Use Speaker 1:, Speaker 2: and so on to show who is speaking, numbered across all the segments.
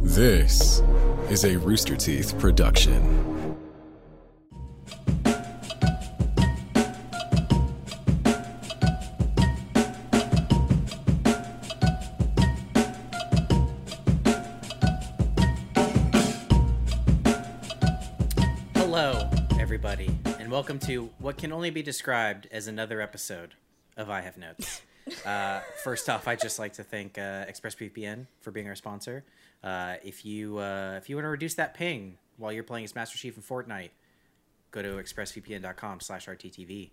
Speaker 1: This is a Rooster Teeth production.
Speaker 2: Hello, everybody, and welcome to what can only be described as another episode of I Have Notes. Uh, first off, I'd just like to thank uh, ExpressVPN for being our sponsor. Uh, if you uh, if you want to reduce that ping while you're playing as Master Chief in Fortnite, go to expressvpn.com/rttv.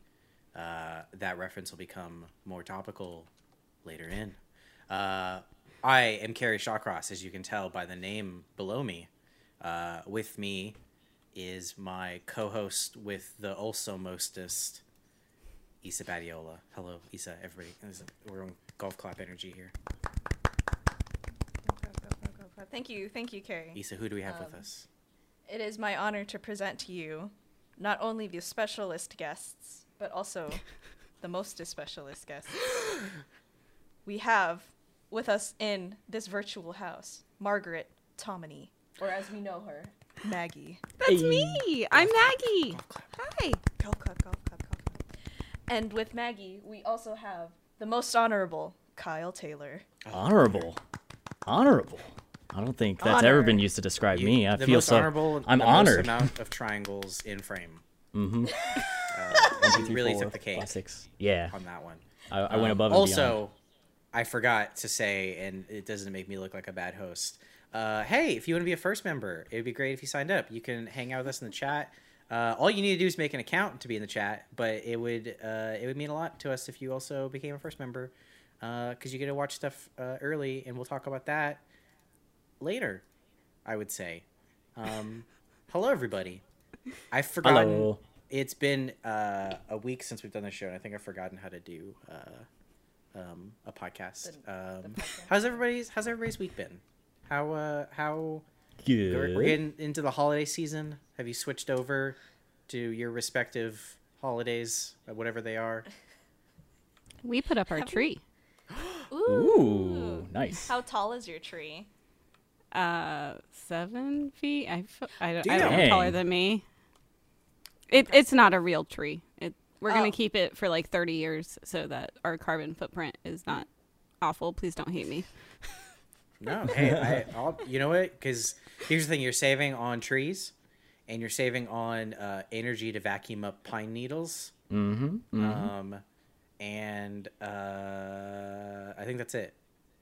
Speaker 2: Uh, that reference will become more topical later in. Uh, I am Carrie Shawcross, as you can tell by the name below me. Uh, with me is my co-host with the also mostest, Isa Badiola. Hello, Isa. Everybody, This is- we're on golf clap energy here.
Speaker 3: Thank you, thank you, Carrie.
Speaker 2: Isa, who do we have with us?
Speaker 3: It is my honor to present to you not only the specialist guests, but also the most specialist guests. we have with us in this virtual house Margaret Tomini, or as we know her, Maggie.
Speaker 4: That's me. I'm Maggie. Hi.
Speaker 3: Golf clap, golf clap, golf clap. And with Maggie, we also have the most honorable Kyle Taylor.
Speaker 5: honorable honorable i don't think that's ever
Speaker 3: Honor.
Speaker 5: been used to describe
Speaker 2: You-
Speaker 5: me i
Speaker 2: the
Speaker 5: feel
Speaker 2: most
Speaker 5: so
Speaker 2: honorable.
Speaker 5: i'm
Speaker 2: the most
Speaker 5: honored Mm-hmm.
Speaker 2: amount of triangles in frame. Uh,
Speaker 5: One, two,
Speaker 2: you
Speaker 5: three,
Speaker 2: really
Speaker 5: four,
Speaker 2: took the cake.
Speaker 5: five, six. yeah
Speaker 2: on that one.
Speaker 5: i, I went above and beyond.
Speaker 2: also, I forgot to say, and it doesn't make me look like a bad host. Uh, hey, if you want to be a first member, it would be great if you signed up. You can hang out with us in the chat. Uh, all you need to do is make an account to be in the chat, but it would uh, it would mean a lot to us if you also became a first member because you get to watch stuff uh, early, and we'll talk about that later. I would say. Um, hello, everybody. I've forgotten.
Speaker 5: Hello.
Speaker 2: It's been uh, a week since we've done this show, and I think I've forgotten how to do uh, um, a podcast. um, How's everybody's How's everybody's week been? How uh, how we're, we're
Speaker 5: Good.
Speaker 2: getting into the holiday season? Have you switched over to your respective holidays, uh, whatever they are?
Speaker 4: We put up our tree.
Speaker 5: ooh nice
Speaker 3: How tall is your tree?
Speaker 4: Uh, seven feet. I f- I don't. I
Speaker 2: Damn.
Speaker 4: don't know taller
Speaker 5: Dang.
Speaker 4: than me. It, it's not a real tree. It, we're
Speaker 3: Oh.
Speaker 4: gonna keep it for like 30 years so that our carbon footprint is not awful. Please don't hate me.
Speaker 2: No, hey, I, I'll, you know what? Because here's the thing: you're saving on trees, and you're saving on uh, energy to vacuum up pine needles. Mm-hmm. Um, and uh, I think that's it.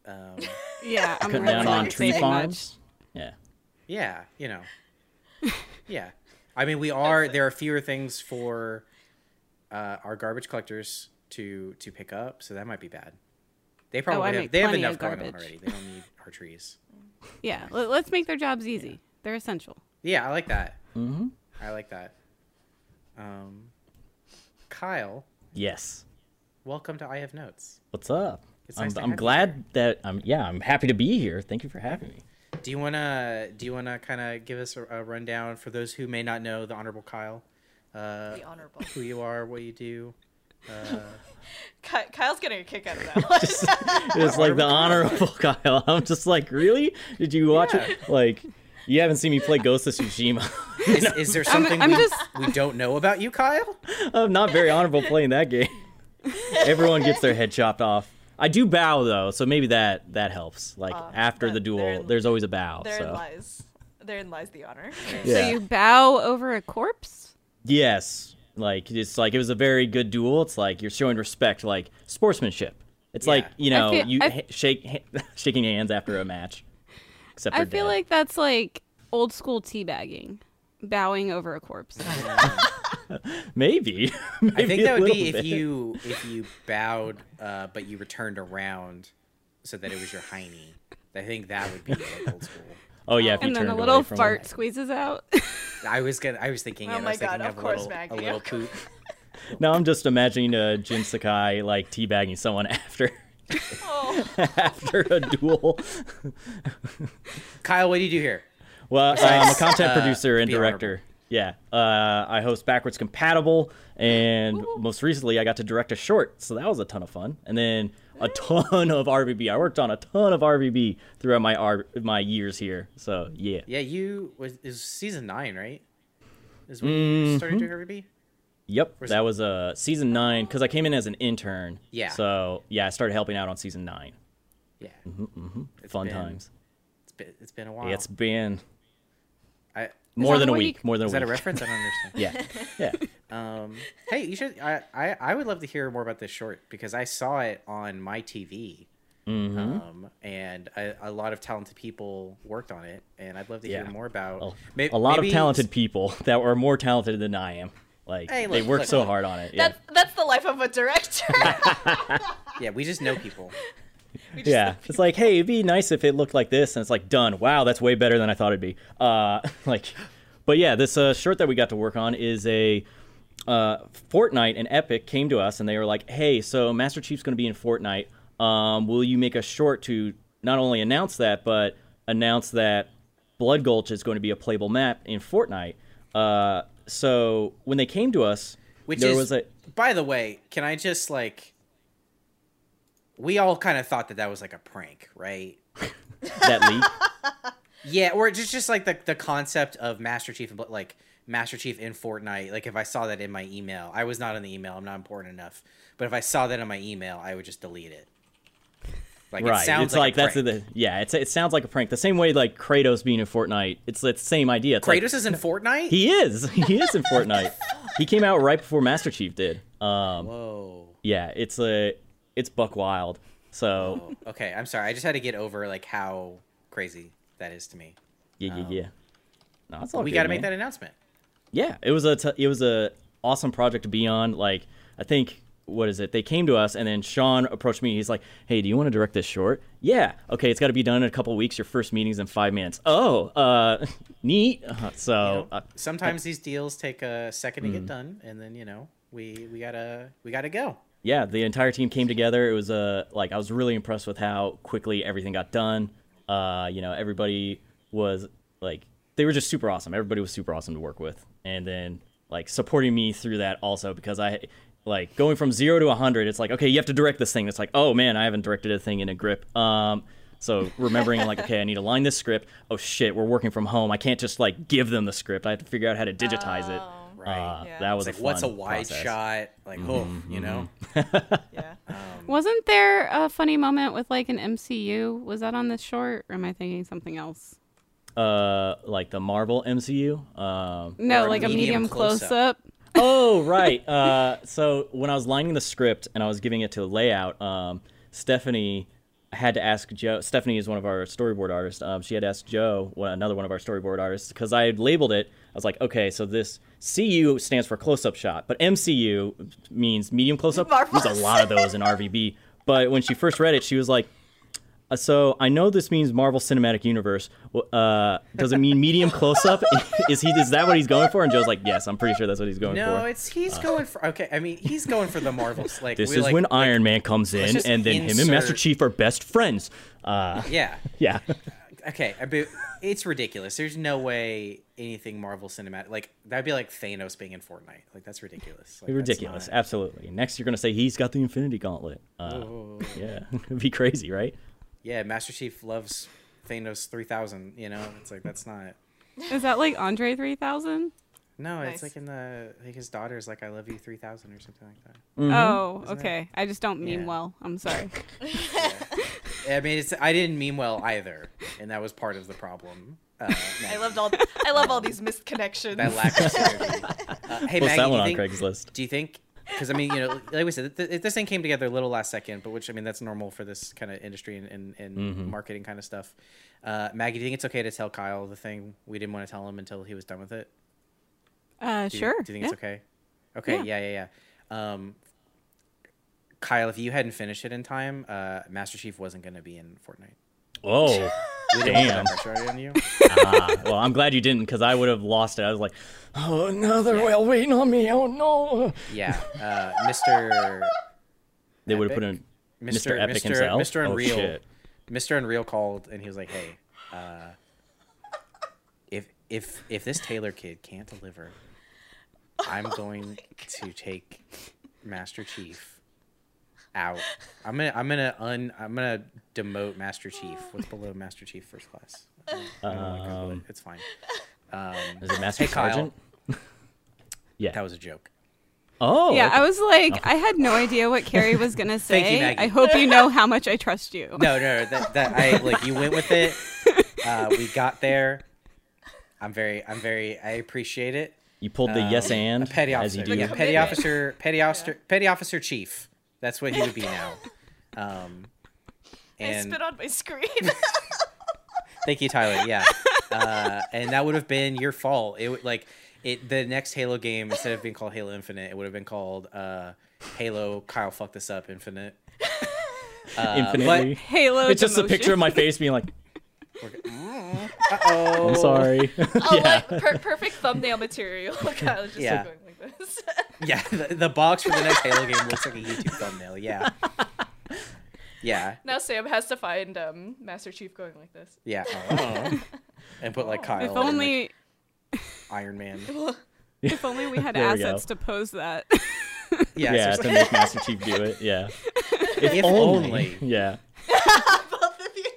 Speaker 2: Um,
Speaker 4: Yeah, I'm
Speaker 5: cutting
Speaker 4: really
Speaker 5: down
Speaker 4: not
Speaker 5: on
Speaker 4: gonna
Speaker 5: tree
Speaker 4: say
Speaker 5: farms yeah
Speaker 2: yeah, you know. Yeah, I mean, we are. There are fewer things for uh, our garbage collectors to to pick up, so that might be bad. They probably have,
Speaker 4: Oh, make
Speaker 2: they have
Speaker 4: plenty of
Speaker 2: enough going on
Speaker 4: garbage.
Speaker 2: already. They don't need our trees.
Speaker 4: much. Yeah, let, let's make their jobs easy. They're essential.
Speaker 2: Yeah, I like that. Mm-hmm. I like that. Um, Kyle,
Speaker 5: yes
Speaker 2: welcome to I Have Notes.
Speaker 5: what's up
Speaker 2: It's
Speaker 5: i'm,
Speaker 2: nice to
Speaker 5: I'm
Speaker 2: have you
Speaker 5: glad that i'm yeah i'm happy to be here thank you for having me
Speaker 2: Do you wanna do you wanna kind of give us a, a rundown for those who may not know the Honorable Kyle, uh,
Speaker 3: The honorable.
Speaker 2: who you are, what you do?
Speaker 3: Ky- Kyle's getting a kick out of that one.
Speaker 5: it's like the honorable kyle i'm just like really did you watch it like you haven't seen me play ghost of tsushima
Speaker 2: Is, is there something
Speaker 4: I'm
Speaker 2: we,
Speaker 4: just-
Speaker 2: we don't know about you, Kyle?
Speaker 5: I'm not very honorable playing that game. Everyone gets their head chopped off. I do bow though, so maybe that that helps. Like after
Speaker 3: but
Speaker 5: the duel,
Speaker 3: therein-
Speaker 5: there's always a bow.
Speaker 3: Therein
Speaker 5: so.
Speaker 3: lies. Therein lies the honor.
Speaker 5: Yeah.
Speaker 4: So you bow over a corpse.
Speaker 5: Yes. Like it's like it was a very good duel. It's like you're showing respect, like sportsmanship. It's like you know
Speaker 4: feel-
Speaker 5: you
Speaker 4: I-
Speaker 5: ha- shake ha- shaking hands after a match. Except
Speaker 4: I
Speaker 5: for
Speaker 4: feel
Speaker 5: dead.
Speaker 4: like that's like old school teabagging, bowing over a corpse.
Speaker 5: maybe.
Speaker 2: I think
Speaker 5: Maybe a
Speaker 2: that would
Speaker 5: little
Speaker 2: be if
Speaker 5: bit.
Speaker 2: you if you bowed, uh, but you returned around, so that it was your hiney. I think that would be like, old school.
Speaker 5: Oh yeah, if you
Speaker 4: and then a
Speaker 5: turned
Speaker 4: little
Speaker 5: away from
Speaker 4: fart squeezes out.
Speaker 2: I was gonna. I was thinking.
Speaker 3: Oh
Speaker 2: it. I
Speaker 3: my
Speaker 2: was thinking
Speaker 3: God, of
Speaker 2: a
Speaker 3: course,
Speaker 2: little,
Speaker 3: Maggie,
Speaker 2: A
Speaker 3: of
Speaker 2: little poop.
Speaker 5: It. Now I'm just imagining uh, Jin Sakai like teabagging someone after
Speaker 3: Oh,
Speaker 5: after a duel.
Speaker 2: Kyle, what do you do here?
Speaker 5: Well, uh, I'm a
Speaker 2: uh,
Speaker 5: content producer and
Speaker 2: be
Speaker 5: director. Yeah, uh, I host Backwards Compatible, and most recently I got to direct a short, so that was a ton of fun. And then a ton of RVB. I worked on a ton of RVB throughout my R- my years here. So yeah,
Speaker 2: Yeah, you was is season nine, right? Is when
Speaker 5: Mm-hmm.
Speaker 2: you started doing RVB.
Speaker 5: yep. That was uh, season nine because I came in as an intern.
Speaker 2: Yeah.
Speaker 5: So yeah, I started helping out on season nine.
Speaker 2: Yeah,
Speaker 5: Mm-hmm, Fun
Speaker 2: been
Speaker 5: times.
Speaker 2: it's been it's been a while.
Speaker 5: It's been
Speaker 2: I,
Speaker 5: more
Speaker 4: that
Speaker 5: than a
Speaker 4: the one you-
Speaker 5: week. More than a
Speaker 2: is that a
Speaker 5: week.
Speaker 2: reference? I don't understand.
Speaker 5: yeah, yeah.
Speaker 2: Um, hey, you should. I, I I would love to hear more about this short because I saw it on my TV,
Speaker 5: Mm-hmm.
Speaker 2: um, and I, a lot of talented people worked on it, and I'd love to
Speaker 5: Yeah.
Speaker 2: hear more about
Speaker 5: Well,
Speaker 2: may-
Speaker 5: a lot
Speaker 2: maybe-
Speaker 5: of talented people that are more talented than I am. Like
Speaker 2: Hey,
Speaker 5: they
Speaker 2: look,
Speaker 5: worked
Speaker 2: look,
Speaker 5: so
Speaker 2: look.
Speaker 5: hard on it. Yeah.
Speaker 3: That's that's the life of a director.
Speaker 2: Yeah, we just know people.
Speaker 3: We just
Speaker 5: yeah.
Speaker 3: think
Speaker 5: It's like, hey, it'd be nice if it looked like this, and it's like done. Wow, that's way better than I thought it'd be. Uh, like, but yeah, this uh, short that we got to work on is a. Uh, Fortnite and Epic came to us and they were like, "Hey, so Master Chief's going to be in Fortnite. Um, will you make a short to not only announce that, but announce that Blood Gulch is going to be a playable map in Fortnite?" Uh, so when they came to us,
Speaker 2: Which
Speaker 5: there
Speaker 2: is,
Speaker 5: was a
Speaker 2: by the way, can I just like? We all kind of thought that that was like a prank, right?
Speaker 5: that leak.
Speaker 2: Yeah, or just just like the the concept of Master Chief and Bla- like Master Chief in Fortnite. Like if I saw that in my email, I was not in the email. I'm not important enough. But if I saw that in my email, I would just delete it. Like
Speaker 5: right.
Speaker 2: it sounds
Speaker 5: it's
Speaker 2: like,
Speaker 5: like,
Speaker 2: a
Speaker 5: that's
Speaker 2: prank.
Speaker 5: the yeah. It's, it sounds like a prank. The same way like Kratos being in Fortnite. It's the same idea. It's like,
Speaker 2: Kratos is in Fortnite.
Speaker 5: he is he is in Fortnite. he came out right before Master Chief did. Um,
Speaker 2: Whoa.
Speaker 5: yeah. It's a it's Buck Wild. So
Speaker 2: Okay, I'm sorry. I just had to get over like how crazy that is to me.
Speaker 5: yeah yeah yeah. No, it's all
Speaker 2: we
Speaker 5: good,
Speaker 2: got to make
Speaker 5: man.
Speaker 2: that announcement.
Speaker 5: yeah it was a t- it was a awesome project to be on like i think what is it they came to us and then sean approached me he's like hey do you want to direct this short yeah okay it's got to be done in a couple weeks your first meeting's in five minutes oh uh neat Uh, so uh, Mm.
Speaker 2: Sometimes these deals take a second to get done, and then you know we we gotta we gotta go.
Speaker 5: yeah the entire team came together it was uh, like i was really impressed with how quickly everything got done uh you know everybody was like they were just super awesome everybody was super awesome to work with and then like supporting me through that also because i like going from zero to 100 it's like okay you have to direct this thing it's like oh man i haven't directed a thing in a grip um so remembering like okay i need to line this script oh shit we're working from home i can't just like give them the script i have to figure out how to digitize it
Speaker 2: Right.
Speaker 5: Uh,
Speaker 3: Yeah.
Speaker 5: that was
Speaker 2: It's like
Speaker 5: a
Speaker 2: what's a
Speaker 5: fun
Speaker 2: wide
Speaker 5: process. Mm-hmm,
Speaker 2: shot? Like oh, you know.
Speaker 3: yeah.
Speaker 4: Wasn't there a funny moment with like an MCU? Was that on this short, or am I thinking something else?
Speaker 5: uh like the Marvel MCU. Um,
Speaker 4: No,
Speaker 2: Or a
Speaker 4: like a
Speaker 2: medium
Speaker 4: medium
Speaker 2: close-up.
Speaker 4: close up.
Speaker 5: oh right. Uh, so when I was lining the script and I was giving it to layout, um, Stephanie had to ask Joe. Stephanie is one of our storyboard artists. Um, she had asked Joe, one, another one of our storyboard artists, because I had labeled it. I was like, okay, so this CU stands for close-up shot, but MCU means medium close-up.
Speaker 3: Marvelous.
Speaker 5: There's a lot of those in RVB. But when she first read it, she was like, Uh, so I know this means Marvel Cinematic Universe. W- Uh, does it mean medium close up? is he? Is that what he's going for? And Joe's like, yes, I'm pretty sure that's what he's going
Speaker 2: No,
Speaker 5: for.
Speaker 2: it's he's going for okay. I mean, he's going for the Marvels. Like
Speaker 5: Uh. this
Speaker 2: we
Speaker 5: is
Speaker 2: like,
Speaker 5: when Iron Man comes in,
Speaker 2: just
Speaker 5: and then him and Master
Speaker 2: insert-
Speaker 5: Chief are best friends. Uh,
Speaker 2: yeah,
Speaker 5: yeah,
Speaker 2: okay. I be, it's ridiculous. There's no way anything Marvel cinematic like that'd be like Thanos being in Fortnite. Like that's ridiculous. Like, that's
Speaker 5: ridiculous.
Speaker 2: not-
Speaker 5: Absolutely. Next, you're gonna say he's got the Infinity Gauntlet. Uh, yeah, it'd be crazy, right?
Speaker 2: yeah, Master Chief loves Thanos three thousand. You know, it's like that's not.
Speaker 4: Is that like Andre three thousand?
Speaker 2: No, it's
Speaker 3: Nice.
Speaker 2: like in the like his daughter's like I love you three thousand or something like that.
Speaker 4: Oh, okay. I just don't mean
Speaker 2: Yeah.
Speaker 4: well. I'm sorry.
Speaker 2: I mean, it's I didn't mean well either, and that was part of the problem. Uh,
Speaker 3: I loved all. I love all these missed connections.
Speaker 2: that lack of synergy. Uh, hey, Maggie,
Speaker 5: What's that
Speaker 2: do you
Speaker 5: one on
Speaker 2: think-
Speaker 5: Craigslist?
Speaker 2: Do you think? Because I mean, you know, like we said, th- th- this thing came together a little last second, but which I mean, that's normal for this kind of industry and, and, and
Speaker 5: Mm-hmm.
Speaker 2: marketing kind of stuff. Uh, Maggie, do you think it's okay to tell Kyle the thing we didn't want to tell him until he was done with it?
Speaker 4: Uh,
Speaker 2: Do you-
Speaker 4: sure.
Speaker 2: Do you think
Speaker 4: yeah.
Speaker 2: it's okay? Okay. Yeah. Yeah. Yeah. Um, Kyle, if you hadn't finished it in time, uh, Master Chief wasn't going to be in Fortnite.
Speaker 5: Oh, damn.
Speaker 2: Put that pressure on you.
Speaker 5: ah, well, I'm glad you didn't, because I would have lost it. I was like, oh no, they're well waiting on me. Oh no.
Speaker 2: Yeah, uh, Mr.
Speaker 5: They would have
Speaker 2: Epic?
Speaker 5: put in
Speaker 2: Mr.
Speaker 5: Mr. Epic
Speaker 2: Mr.
Speaker 5: himself.
Speaker 2: Mr. Unreal.
Speaker 5: Oh, shit.
Speaker 2: Mr. Unreal called and he was like, "Hey, uh, if if if this Taylor kid can't deliver,
Speaker 5: Oh
Speaker 2: I'm going to take Master Chief out. I'm gonna I'm gonna un I'm gonna demote Master Chief. What's below Master Chief first class? I don't- I don't wanna Google
Speaker 5: Um.
Speaker 2: it. It's fine.
Speaker 5: Is it Master
Speaker 2: Hey, Kyle.
Speaker 5: Sergeant? yeah.
Speaker 2: That was a joke.
Speaker 5: oh.
Speaker 4: yeah,
Speaker 5: okay.
Speaker 4: I was like, I had no idea what Carrie was gonna
Speaker 2: Thank you,
Speaker 4: say.
Speaker 2: Maggie.
Speaker 4: I hope you know how much I trust you.
Speaker 2: No, no, that that I like you went with it. Uh, we got there. I'm very I'm very I appreciate it.
Speaker 5: You pulled the yes
Speaker 2: Um,
Speaker 5: and
Speaker 2: a petty
Speaker 5: as
Speaker 2: officer.
Speaker 5: you do.
Speaker 2: Yeah, petty
Speaker 3: Commitment.
Speaker 2: officer, petty officer, petty officer chief. That's what he would be now. Um,
Speaker 3: I
Speaker 2: and
Speaker 3: spit on my screen.
Speaker 2: thank you, Tyler. Yeah, uh, and that would have been your fault. It would like it. The next Halo game, instead of being called Halo Infinite, it would have been called uh, Halo. Kyle fucked this up. Infinite. Uh,
Speaker 5: Infinitely.
Speaker 4: Halo.
Speaker 5: it's just a picture of
Speaker 4: demotion.
Speaker 5: my face being like,
Speaker 2: But, uh-oh.
Speaker 5: I'm sorry.
Speaker 3: oh,
Speaker 5: yeah.
Speaker 3: like, per- perfect thumbnail material. Kyle was just
Speaker 2: Yeah.
Speaker 3: like, going like this.
Speaker 2: Yeah, the, the box for the next Halo game looks like a YouTube thumbnail. Yeah. Yeah.
Speaker 3: now Sam has to find um, Master Chief going like this.
Speaker 2: Yeah. Oh. and put like Kyle
Speaker 4: If
Speaker 2: and,
Speaker 4: only,
Speaker 2: like, Iron Man.
Speaker 4: if only we had
Speaker 5: There we go.
Speaker 4: assets to pose that.
Speaker 2: Yeah,
Speaker 5: yeah, to
Speaker 2: seriously.
Speaker 5: make Master Chief do it. Yeah. If,
Speaker 2: If only.
Speaker 5: Yeah.
Speaker 3: Both of you.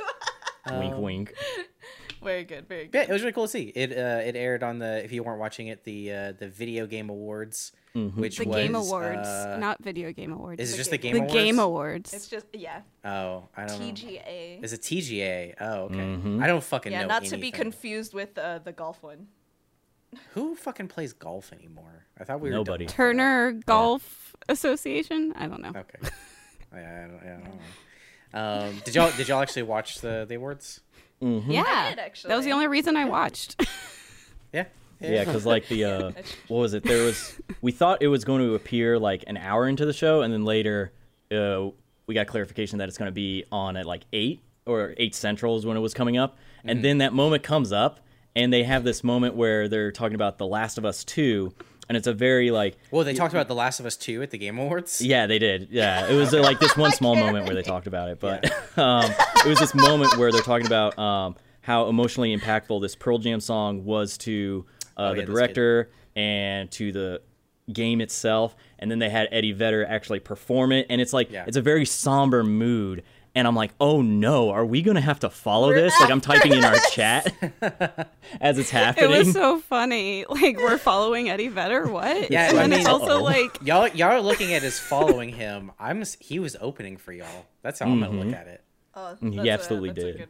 Speaker 2: Uh,
Speaker 5: wink, wink.
Speaker 3: Very good. Very
Speaker 2: Yeah,
Speaker 3: good.
Speaker 2: it was really cool to see. It uh, it aired on the if you weren't watching it, the uh, the video game awards, which
Speaker 4: Mm-hmm. the
Speaker 2: was
Speaker 4: Game Awards,
Speaker 2: uh,
Speaker 4: not Video Game Awards.
Speaker 2: is it just
Speaker 3: Game
Speaker 4: the
Speaker 2: the game
Speaker 4: Game
Speaker 2: awards?
Speaker 4: Awards.
Speaker 3: It's just yeah.
Speaker 2: Oh, I don't know.
Speaker 3: TGA.
Speaker 2: Is it TGA? Oh, okay.
Speaker 4: Mm-hmm.
Speaker 2: I don't fucking
Speaker 3: Yeah,
Speaker 2: know.
Speaker 3: not to be
Speaker 2: anything.
Speaker 3: confused with uh, the golf one.
Speaker 2: Who fucking plays golf anymore? I thought we were
Speaker 5: Nobody.
Speaker 2: done.
Speaker 4: Turner Golf Association. I don't know.
Speaker 2: Okay. yeah, I don't, yeah, I don't know. Um, did y'all did y'all actually watch the the awards?
Speaker 4: Yeah,
Speaker 3: did,
Speaker 4: that was the
Speaker 3: actually.
Speaker 4: only reason I watched.
Speaker 2: Yeah.
Speaker 5: Yeah, because like the uh, what was it? There was we thought it was going to appear like an hour into the show, and then later uh, we got clarification that it's going to be on at like eight or eight central is when it was coming up, and then that moment comes up, and they have this moment where they're talking about The Last of Us Two, and it's a very like
Speaker 2: Well, they talked about The Last of Us 2 at the Game Awards.
Speaker 5: yeah, they did. Yeah, it was uh, like this one small moment where they talked about it, but um, it was this moment where they're talking about um, how emotionally impactful this Pearl Jam song was to uh,
Speaker 2: Oh, yeah,
Speaker 5: the
Speaker 2: this kid.
Speaker 5: director and to the game itself, and then they had Eddie Vedder actually perform it, and it's like
Speaker 2: Yeah.
Speaker 5: it's a very somber mood. And I'm like, oh no, are we gonna have to follow this? Like I'm typing in our chat as it's
Speaker 4: it
Speaker 5: happening.
Speaker 4: was so funny. Like we're following Eddie Vedder. What?
Speaker 2: Yeah,
Speaker 4: and
Speaker 2: I
Speaker 4: then
Speaker 2: mean- oh.
Speaker 4: it's also
Speaker 5: Uh-oh.
Speaker 4: like
Speaker 2: Y'all, y'all are looking at us following him. I'm. s- He was opening for y'all. That's how I'm
Speaker 5: Mm-hmm.
Speaker 2: gonna look at it.
Speaker 3: Oh,
Speaker 5: he
Speaker 3: that's a-
Speaker 5: absolutely
Speaker 3: that's a
Speaker 5: did.
Speaker 3: good-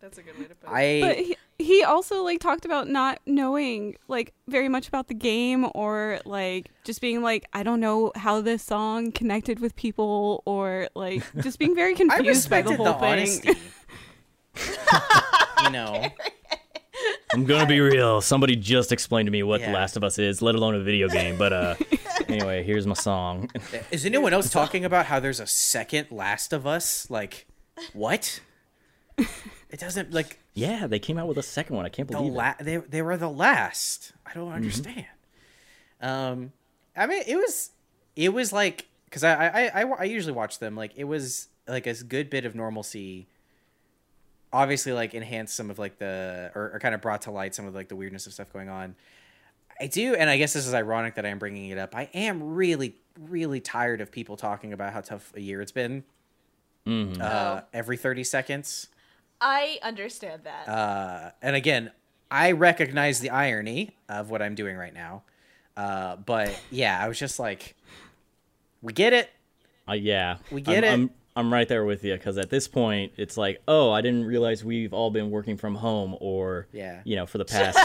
Speaker 3: That's a good way to put it.
Speaker 4: but
Speaker 2: I.
Speaker 4: he, he also like talked about not knowing like very much about the game or like just being like i don't know how this song connected with people or like just being very
Speaker 2: I
Speaker 4: confused by the
Speaker 2: respected the,
Speaker 4: whole thing
Speaker 2: honesty. you know.
Speaker 5: I'm gonna be real. Somebody just explained to me what
Speaker 2: Yeah.
Speaker 5: The Last of Us is, let alone a video game. But uh, anyway, here's my song.
Speaker 2: Is anyone else talking about how there's a second Last of Us? Like, what? It doesn't like
Speaker 5: Yeah, they came out with a second one. I can't
Speaker 2: the
Speaker 5: believe
Speaker 2: la- they they were the last. I don't understand. Um, I mean, it was it was like because I, I I- I wa- I usually watch them like it was like a good bit of normalcy. Obviously, like enhanced some of like the or, or kind of brought to light some of like the weirdness of stuff going on. I do, and I guess this is ironic that I'm bringing it up. I am really really tired of people talking about how tough a year it's been. Uh, every thirty seconds.
Speaker 3: I understand that.
Speaker 2: Uh, and again, I recognize the irony of what I'm doing right now. Uh, but yeah, I was just like, we get it.
Speaker 5: it. Uh, yeah,
Speaker 2: We get
Speaker 5: I'm,
Speaker 2: it.
Speaker 5: I'm, I'm right there with you because at this point, it's like, oh, I didn't realize we've all been working from home, or
Speaker 2: Yeah.
Speaker 5: you know, for the past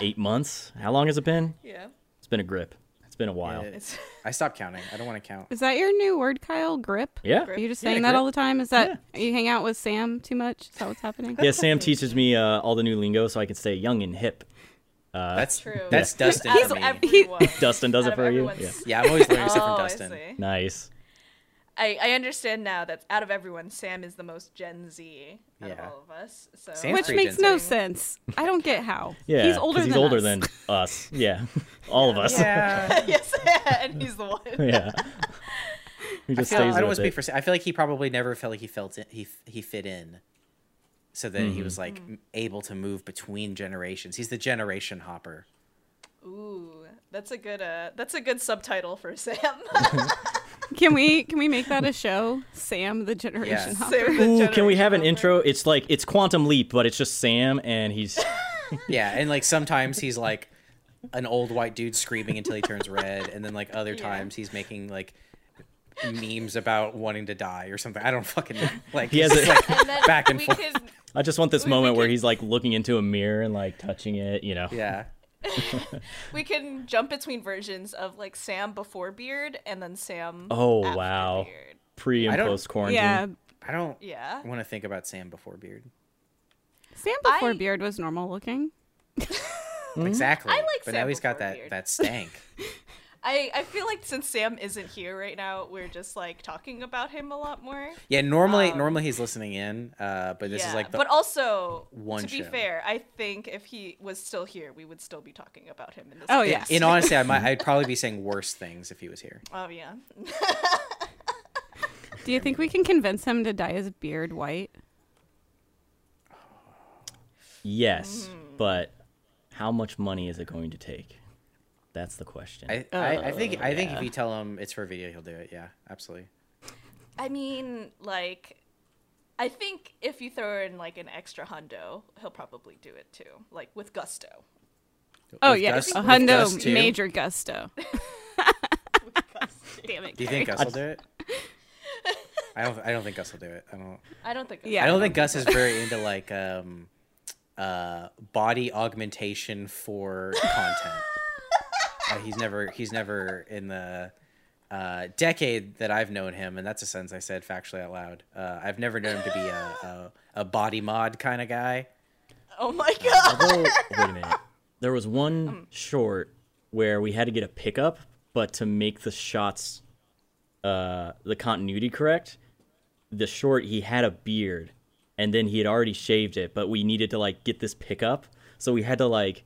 Speaker 5: eight months. How long has it been?
Speaker 3: yeah.
Speaker 5: It's been a grip. It's been a while.
Speaker 2: It- Uh, I stopped counting. I don't want to count.
Speaker 4: is that your new word kyle grip
Speaker 5: Yeah.
Speaker 4: are you just
Speaker 2: Yeah,
Speaker 4: saying that
Speaker 2: grip.
Speaker 4: all the time is that you hang out with sam too much is that what's happening
Speaker 5: Yeah, Sam teaches me uh, all the new lingo so I can stay young and hip. Uh,
Speaker 2: that's
Speaker 3: true.
Speaker 2: That's Dustin
Speaker 3: Out
Speaker 2: for
Speaker 3: of
Speaker 2: me.
Speaker 3: everyone.
Speaker 5: Dustin does
Speaker 3: Out
Speaker 5: it
Speaker 3: of
Speaker 5: for you.
Speaker 3: everyone's-
Speaker 5: Yeah.
Speaker 2: Yeah, I'm always learning stuff
Speaker 3: Oh,
Speaker 2: from
Speaker 3: I
Speaker 2: Dustin.
Speaker 3: see.
Speaker 5: Nice.
Speaker 3: I, I understand now that out of everyone, Sam is the most Gen Z out
Speaker 2: Yeah.
Speaker 3: of all of us. So
Speaker 2: Sam-
Speaker 4: which
Speaker 2: Free
Speaker 4: makes
Speaker 2: Gen
Speaker 4: no
Speaker 2: Z.
Speaker 4: sense i don't get how
Speaker 5: Yeah,
Speaker 4: he's older
Speaker 5: 'cause
Speaker 4: than
Speaker 5: older
Speaker 4: us.
Speaker 5: than us. Yeah, all of us.
Speaker 2: Yeah.
Speaker 3: yes, and he's the one.
Speaker 5: yeah. He
Speaker 2: I,
Speaker 5: just
Speaker 2: feel, I
Speaker 5: stays
Speaker 2: don't want to
Speaker 5: with
Speaker 2: speak
Speaker 5: it.
Speaker 2: for. Sam. I feel like he probably never felt like he felt it, he he fit in, so that he
Speaker 5: Mm-hmm.
Speaker 2: was
Speaker 3: Mm-hmm.
Speaker 2: like m able to move between generations. He's the generation hopper.
Speaker 3: Ooh, that's a good uh, that's a good subtitle for Sam.
Speaker 4: Can we can we make that a show? Sam the Generation
Speaker 2: Yes.
Speaker 4: Hopper.
Speaker 3: Sam the
Speaker 5: Ooh, can we
Speaker 3: Generation
Speaker 5: have an
Speaker 3: Hopper.
Speaker 5: intro? It's like it's Quantum Leap, but it's just Sam and he's
Speaker 2: Yeah, and like sometimes he's like an old white dude screaming until he turns red, and then like other times he's making like memes about wanting to die or something. I don't fucking know. Like
Speaker 5: He has
Speaker 2: it's
Speaker 5: a-
Speaker 2: like
Speaker 6: And then
Speaker 2: back and
Speaker 6: we
Speaker 2: forth.
Speaker 6: Could,
Speaker 5: I just want this
Speaker 6: We- we
Speaker 5: moment where
Speaker 6: could-
Speaker 5: he's like looking into a mirror and like touching it, you know.
Speaker 2: yeah.
Speaker 3: We can jump between versions of like Sam before beard and then Sam.
Speaker 5: Oh,
Speaker 3: after
Speaker 5: wow.
Speaker 3: Beard.
Speaker 5: Pre
Speaker 2: I
Speaker 5: and
Speaker 2: don't-
Speaker 5: post quarantine.
Speaker 4: Yeah.
Speaker 2: I don't
Speaker 3: Yeah.
Speaker 2: want to think about Sam before beard.
Speaker 4: Sam before
Speaker 3: I-
Speaker 4: beard was normal looking.
Speaker 2: Exactly.
Speaker 3: I like
Speaker 2: but now
Speaker 3: Sam
Speaker 2: he's got
Speaker 3: before
Speaker 2: that
Speaker 3: beard.
Speaker 2: that stank.
Speaker 3: I I feel like since Sam isn't here right now, we're just like talking about him a lot more.
Speaker 2: Yeah, normally normally he's listening in, uh, but this
Speaker 3: yeah.
Speaker 2: is like the
Speaker 3: but also
Speaker 2: one
Speaker 3: to be
Speaker 2: show.
Speaker 3: fair, I think if he was still here, we would still be talking about him in this.
Speaker 4: Oh
Speaker 3: case.
Speaker 4: yes.
Speaker 2: in honesty, I might I'd probably be saying worse things if he was here.
Speaker 3: Oh yeah.
Speaker 4: Do you think we can convince him to dye his beard white?
Speaker 5: Yes,
Speaker 2: Mm.
Speaker 5: but how much money is it going to take? That's the question.
Speaker 2: I, I, I think I think if you tell him it's for video, he'll do it. Yeah, absolutely.
Speaker 3: I mean, like, I think if you throw in like an extra hundo, he'll probably do it too, like with gusto.
Speaker 4: Oh
Speaker 2: With
Speaker 4: yes.
Speaker 2: Gus-
Speaker 4: a
Speaker 2: with Gus,
Speaker 4: hundo
Speaker 2: too?
Speaker 4: major gusto. Damn it.
Speaker 2: Do you think Gus will do it? I don't. I don't think Gus will do it. I don't.
Speaker 3: I don't think.
Speaker 4: Yeah.
Speaker 2: I don't think Gus is very into like um, uh, body augmentation for content. Uh, he's never. He's never in the uh, decade that I've known him, and that's a sentence I said factually out loud. Uh, I've never known him to be a a, a body mod kind of guy.
Speaker 3: Oh my god.
Speaker 5: Although, wait a minute. There was one short where we had to get a pickup, but to make the shots, uh, the continuity correct, the short he had a beard, and then he had already shaved it, but we needed to like get this pickup, so we had to like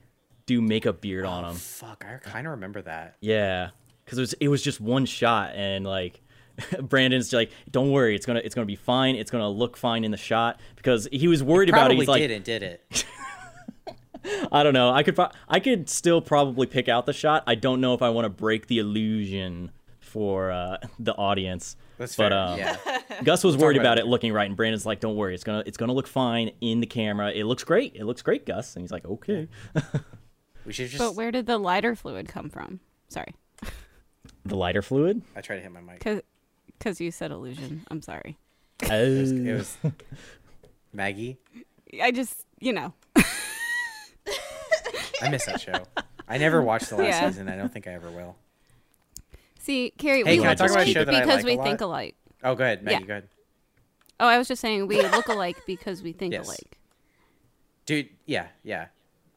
Speaker 5: do makeup beard on him.
Speaker 2: Fuck, I kind of remember that.
Speaker 5: Yeah, because it was it was just one shot, and like Brandon's like, "Don't worry, it's gonna it's gonna be fine. It's gonna look fine in the shot." Because he was worried about
Speaker 2: Probably
Speaker 5: it. He's like,
Speaker 2: did and did it.
Speaker 5: "I don't know. I could pro- I could still probably pick out the shot. I don't know if I want to break the illusion for uh, the audience."
Speaker 2: That's fair.
Speaker 5: but um,
Speaker 2: yeah.
Speaker 5: Gus was worried
Speaker 2: about
Speaker 5: about
Speaker 2: it
Speaker 5: it looking right, and Brandon's like, "Don't worry, it's gonna it's gonna look fine in the camera. It looks great. It looks great, Gus." And he's like, "Okay."
Speaker 2: We should just.
Speaker 4: But where did the lighter fluid come from? Sorry.
Speaker 5: The lighter fluid.
Speaker 2: I tried to hit my mic.
Speaker 4: Cause, 'cause you said illusion. I'm sorry.
Speaker 2: It
Speaker 5: Oh.
Speaker 2: was Maggie.
Speaker 4: I just you know.
Speaker 2: I miss that show. I never watched the last
Speaker 4: Yeah.
Speaker 2: season. I don't think I ever will.
Speaker 4: See, Carrie,
Speaker 2: Hey,
Speaker 4: we
Speaker 2: can I
Speaker 4: look
Speaker 2: talk about a
Speaker 4: alike
Speaker 2: show that I like
Speaker 4: because we
Speaker 2: a
Speaker 4: think
Speaker 2: lot?
Speaker 4: alike.
Speaker 2: Oh, go ahead, Maggie.
Speaker 4: Yeah.
Speaker 2: Go ahead,
Speaker 4: Oh, I was just saying we look alike because we think
Speaker 2: Yes.
Speaker 4: alike.
Speaker 2: dude. Yeah, yeah.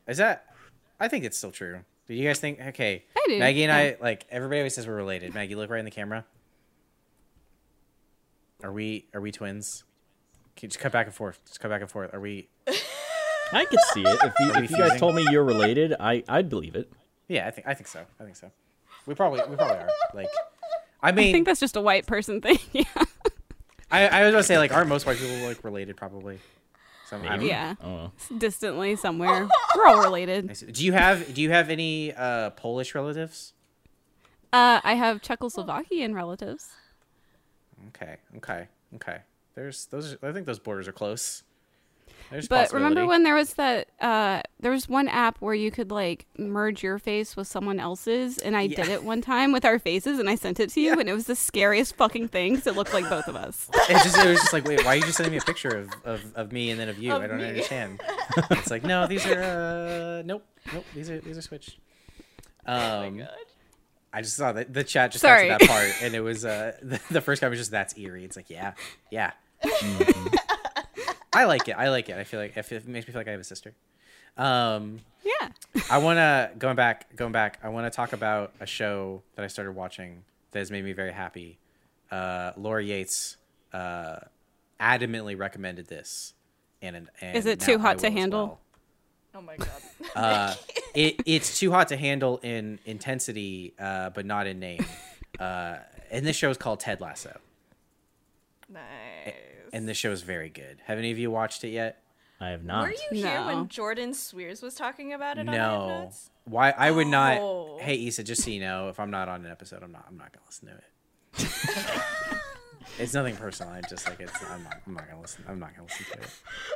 Speaker 2: Is that? I think it's still true. Do you guys think? Okay,
Speaker 4: I do,
Speaker 2: Maggie and I
Speaker 4: yeah.
Speaker 2: like everybody always says we're related. Maggie, look right in the camera. Are we? Are we twins? Can you just cut back and forth. Just cut back and forth. Are we?
Speaker 5: I could see it. If you, if you guys
Speaker 2: Confusing.
Speaker 5: told me you're related, I I'd believe it.
Speaker 2: Yeah, I think. I think so. I think so. We probably. We probably are. Like, I mean,
Speaker 4: I think that's just a white person thing. yeah.
Speaker 2: I, I was gonna say like aren't most white people like related probably. Some, I don't know.
Speaker 4: yeah.
Speaker 5: I don't know.
Speaker 4: Distantly somewhere. We're all
Speaker 2: I
Speaker 4: related.
Speaker 2: see. Do you have do you have any uh, Polish relatives?
Speaker 4: Uh, I have Czechoslovakian relatives.
Speaker 2: Okay, okay, okay. There's those. I think those borders are close. There's a
Speaker 4: But remember
Speaker 2: possibility.
Speaker 4: when there was that uh there was one app where you could like merge your face with someone else's and I did it one time with our faces and I sent it to you and it was the scariest fucking thing 'cause it looked like both of us.
Speaker 2: it's just, it was just like wait why are you just sending me a picture of, of, of me and then of you? I don't understand. it's like no these are uh, nope nope these are these are switched. Um, I just saw that the chat just got to
Speaker 4: Sorry.
Speaker 2: that part and it was uh, the, the first guy was just that's eerie. It's like yeah yeah. I like it. I like it. I feel like I feel, it makes me feel like I have a sister. Um,
Speaker 4: Yeah.
Speaker 2: I want to going back, going back. I want to talk about a show that I started watching that has made me very happy. Uh, Laura Yates uh, adamantly recommended this, and, and
Speaker 4: Is it
Speaker 2: now
Speaker 4: too
Speaker 2: I
Speaker 4: hot to
Speaker 2: will as
Speaker 4: handle?
Speaker 3: Oh my god.
Speaker 2: well. Uh, it, it's too hot to handle in intensity, uh, but not in name. Uh, and this show is called Ted Lasso,
Speaker 3: nice.
Speaker 2: and this show is very good. Have any of you watched it yet?
Speaker 5: I have not.
Speaker 3: Were you here
Speaker 4: No.
Speaker 3: when Jordan Swears was talking about it? On Hype
Speaker 2: uh, No.
Speaker 3: Notes?
Speaker 2: Why I would
Speaker 3: Oh.
Speaker 2: not. Hey Issa, just so you know, if I'm not on an episode, I'm not. I'm not gonna listen to it. It's nothing personal. I just like it's. I'm not, I'm not gonna listen. I'm not gonna listen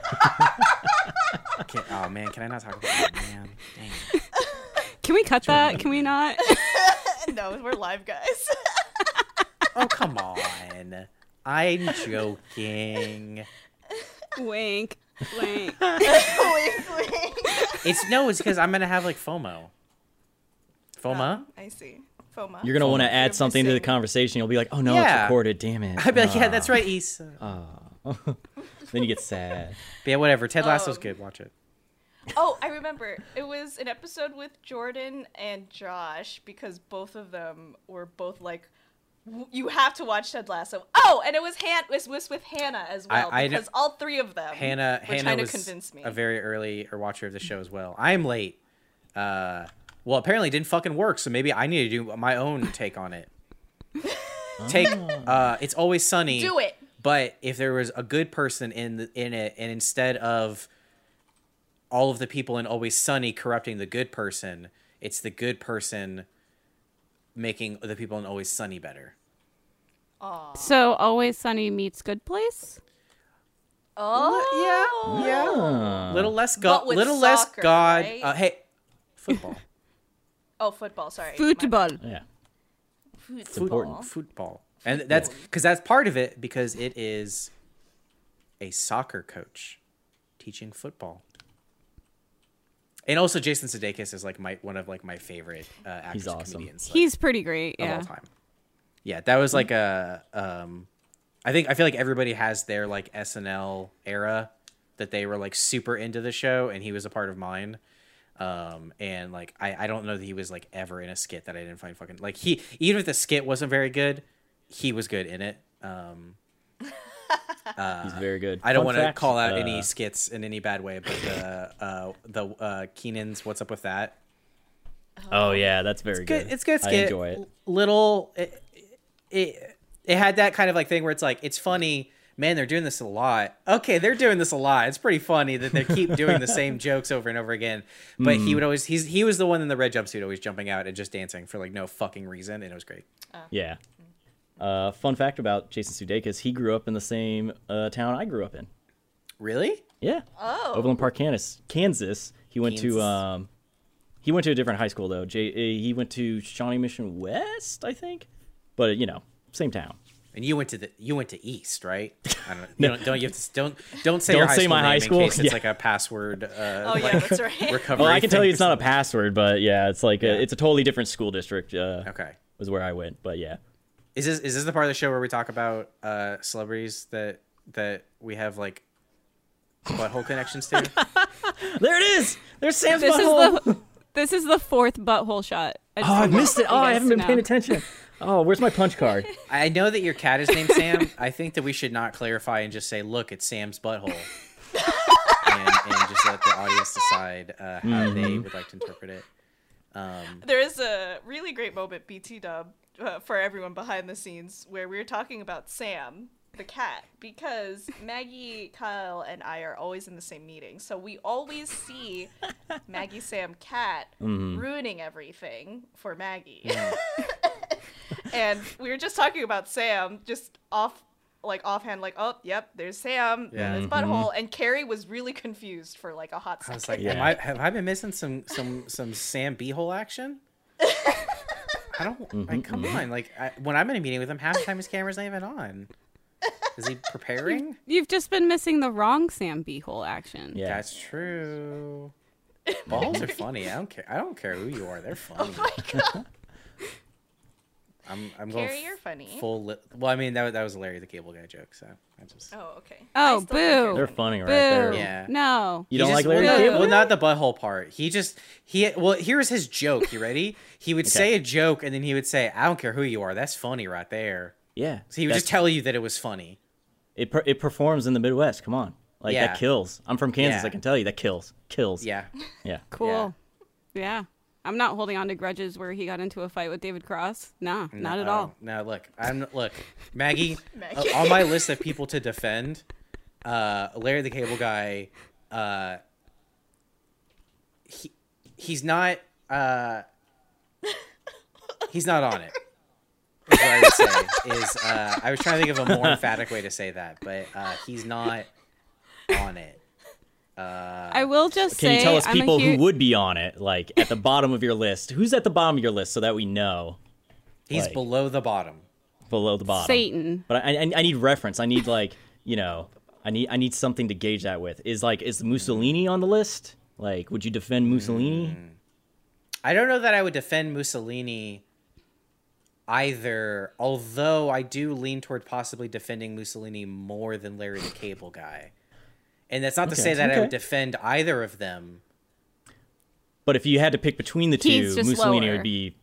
Speaker 2: to it. can, oh man, can I not talk about it? Man, dang. it.
Speaker 4: Can we cut that? Can we not?
Speaker 3: Uh, no, we're live, guys.
Speaker 2: Oh come on. I'm joking.
Speaker 4: wink, wink.
Speaker 3: Wink, wink.
Speaker 2: It's no. It's because I'm gonna have like FOMO. FOMA.
Speaker 3: I see. FOMA.
Speaker 5: You're gonna want to add
Speaker 3: You're
Speaker 5: something to the
Speaker 3: missing-
Speaker 5: conversation. You'll be like, "Oh no, it's
Speaker 2: Yeah.
Speaker 5: recorded. Damn it."
Speaker 2: I'd be like, yeah,
Speaker 5: Ah.
Speaker 2: that's right, Issa.
Speaker 5: Then you get sad.
Speaker 2: But yeah, whatever. Ted Lasso's
Speaker 3: Um,
Speaker 2: good. Watch it.
Speaker 3: Oh, I remember. It was an episode with Jordan and Josh because both of them were both like, "W- "You have to watch Ted Lasso." Oh, and it was Han- it was with Hannah as
Speaker 2: I-
Speaker 3: well
Speaker 2: I kn-
Speaker 3: because all three of them
Speaker 2: Hannah.
Speaker 3: were
Speaker 2: Hannah
Speaker 3: trying
Speaker 2: was
Speaker 3: to convince me.
Speaker 2: a very early or watcher of the show as well. I'm late. Uh, well, apparently it didn't fucking work. So maybe I need to do my own take on it. take. Uh, it's always sunny.
Speaker 3: Do it.
Speaker 2: But if there was a good person in the, in it, and instead of all of the people in Always Sunny corrupting the good person, it's the good person making the people in Always Sunny better.
Speaker 4: So always sunny meets good place.
Speaker 3: Oh, yeah, yeah.
Speaker 5: Ah.
Speaker 2: little less god,
Speaker 3: with
Speaker 2: little less
Speaker 3: soccer,
Speaker 2: god.
Speaker 3: right?
Speaker 2: Uh, hey, football,
Speaker 3: Oh, football. Sorry. my-
Speaker 4: Football.
Speaker 5: yeah.
Speaker 2: football, football, and that's because that's part of it because it is a soccer coach teaching football, and also Jason Sudeikis is like my one of like my favorite uh, actors and
Speaker 5: awesome.
Speaker 2: comedians like,
Speaker 4: He's pretty great.
Speaker 2: of
Speaker 4: Yeah.
Speaker 2: all time. Yeah, that was like a um, I think I feel like everybody has their like SNL era that they were like super into the show, and he was a part of mine. um and like I, I don't know that he was like ever in a skit that i didn't find fucking like he even if the skit wasn't very good he was good in it um
Speaker 5: He's very good.
Speaker 2: i don't
Speaker 5: Fun
Speaker 2: want to
Speaker 5: fact,
Speaker 2: call out
Speaker 5: uh,
Speaker 2: any skits in any bad way but the uh the uh keenan's what's up with that
Speaker 5: Oh yeah, that's very
Speaker 2: good
Speaker 5: good.
Speaker 2: it's good skit
Speaker 5: I enjoy it.
Speaker 2: L- little it, it it had that kind of like thing where it's like it's funny man they're doing this a lot okay they're doing this a lot it's pretty funny that they keep doing the same jokes over and over again but
Speaker 5: Mm.
Speaker 2: he would always he's he was the one in the red jumpsuit always jumping out and just dancing for like no fucking reason and it was great
Speaker 5: Yeah. Uh, fun fact about Jason Sudeikis: he grew up in the same uh, town I grew up in.
Speaker 2: really
Speaker 5: Yeah.
Speaker 3: Oh.
Speaker 5: Overland Park, Kansas. Kansas. He went
Speaker 2: Kansas.
Speaker 5: to um, he went to a different high school though. J- uh, he went to Shawnee Mission West, I think. But you know, same town.
Speaker 2: and you went to the you went to east right i don't know you don't, don't you have to don't don't say
Speaker 5: Don't
Speaker 2: your high
Speaker 5: say
Speaker 2: school
Speaker 5: my high
Speaker 2: name
Speaker 5: school,
Speaker 2: in case
Speaker 5: yeah.
Speaker 2: it's like a password uh
Speaker 3: Oh yeah, that's right.
Speaker 2: recovery
Speaker 5: Well, I can tell
Speaker 2: thing
Speaker 5: you
Speaker 2: or
Speaker 5: it's not a password, but yeah, it's like A, it's a totally different school district. Uh,
Speaker 2: something. okay
Speaker 5: Was where I went, but yeah.
Speaker 2: Is this is this the part of the show where we talk about uh, celebrities that that we have like butthole connections to?
Speaker 5: There it is. There's Sam's
Speaker 4: This is
Speaker 5: butthole.
Speaker 4: the this is the fourth butthole shot. I just
Speaker 5: Oh, I
Speaker 4: want
Speaker 5: missed it.
Speaker 4: you
Speaker 5: Oh, I
Speaker 4: guys
Speaker 5: haven't
Speaker 4: to
Speaker 5: been
Speaker 4: know.
Speaker 5: paying attention. Oh, where's my punch card?
Speaker 2: I know that your cat is named Sam. I think that we should not clarify and just say, "Look, it's Sam's butthole," and, and just let the audience decide uh, how they would like to interpret it.
Speaker 3: there is a really great moment, BT Dub, uh, for everyone behind the scenes, where we were talking about Sam the cat because Maggie, Kyle, and I are always in the same meeting, so we always see Maggie, Sam, cat ruining everything for Maggie. and we were just talking about Sam, just off. Like offhand, like oh, yep, there's Sam, yeah.
Speaker 2: Yeah.
Speaker 3: his butthole, and Carrie was really confused for like a hot
Speaker 2: I
Speaker 3: second.
Speaker 2: was like,
Speaker 5: Yeah.
Speaker 2: am I, have I been missing some some some Sam Beehole action? I don't like. Come on, like I, when I'm in a meeting with him, half the time his camera's not even on. Is he preparing?
Speaker 4: You've just been missing the wrong Sam Beehole action.
Speaker 5: Yeah.
Speaker 2: That's true. Balls are funny. I don't care. I don't care who you
Speaker 3: Oh
Speaker 2: are. They're funny. I'm I'm going
Speaker 3: Carrie,
Speaker 2: f-
Speaker 3: you're funny.
Speaker 2: full. Li- well, I mean that that was a Larry the Cable Guy joke. So I just
Speaker 3: oh, okay.
Speaker 4: Oh,
Speaker 3: I still think you're
Speaker 4: boo.
Speaker 5: They're
Speaker 3: funny.
Speaker 5: funny, right?
Speaker 4: Boo.
Speaker 5: They're,
Speaker 2: Yeah.
Speaker 4: No.
Speaker 5: You
Speaker 2: He
Speaker 5: don't like
Speaker 2: just-
Speaker 5: Larry
Speaker 2: well,
Speaker 5: the
Speaker 4: Cable
Speaker 2: Well,
Speaker 4: Guy?
Speaker 2: not the butthole part. He just he. Well, here's his joke. You ready? He would say a joke and then he would say, "I don't care who you are. That's funny right there."
Speaker 5: Yeah.
Speaker 2: So he would
Speaker 5: That's-
Speaker 2: just tell you that it was funny.
Speaker 5: it per- it performs in the Midwest. Come on, like
Speaker 2: Yeah.
Speaker 5: that kills. I'm from Kansas.
Speaker 2: Yeah.
Speaker 5: I can tell you that kills. Kills.
Speaker 2: Yeah.
Speaker 5: Yeah.
Speaker 4: Cool. Yeah. I'm not holding on to grudges where he got into a fight with David Cross. Nah, not at
Speaker 2: Oh,
Speaker 4: all.
Speaker 2: No, look, I'm look, Maggie.
Speaker 3: Maggie.
Speaker 2: uh, on my list of people to defend, uh, Larry the Cable Guy. Uh, he he's not uh, he's not on it. is what I would say. is uh, I was trying to think of a more emphatic way to say that, but uh, he's not on it.
Speaker 4: I will just
Speaker 5: Can
Speaker 4: say
Speaker 5: you tell us
Speaker 4: I'm a
Speaker 5: people
Speaker 4: huge-
Speaker 5: who would be on it, like at the bottom of your list? Who's at the bottom of your list so that we know
Speaker 2: He's
Speaker 5: Like-
Speaker 2: below the bottom.
Speaker 5: below the bottom?
Speaker 4: Satan.
Speaker 5: But I, I, I need reference. I need like you know, I need I need something to gauge that with. Is like is Mussolini on the list? Like, would you defend Mussolini?
Speaker 2: I don't know that I would defend Mussolini either, although I do lean toward possibly defending Mussolini more than Larry the Cable Guy. And that's not to
Speaker 5: Okay,
Speaker 2: say that I would
Speaker 5: okay.
Speaker 2: defend either of them.
Speaker 5: But if you had to pick between the two,
Speaker 4: He's just
Speaker 5: Mussolini
Speaker 4: lower.
Speaker 5: would be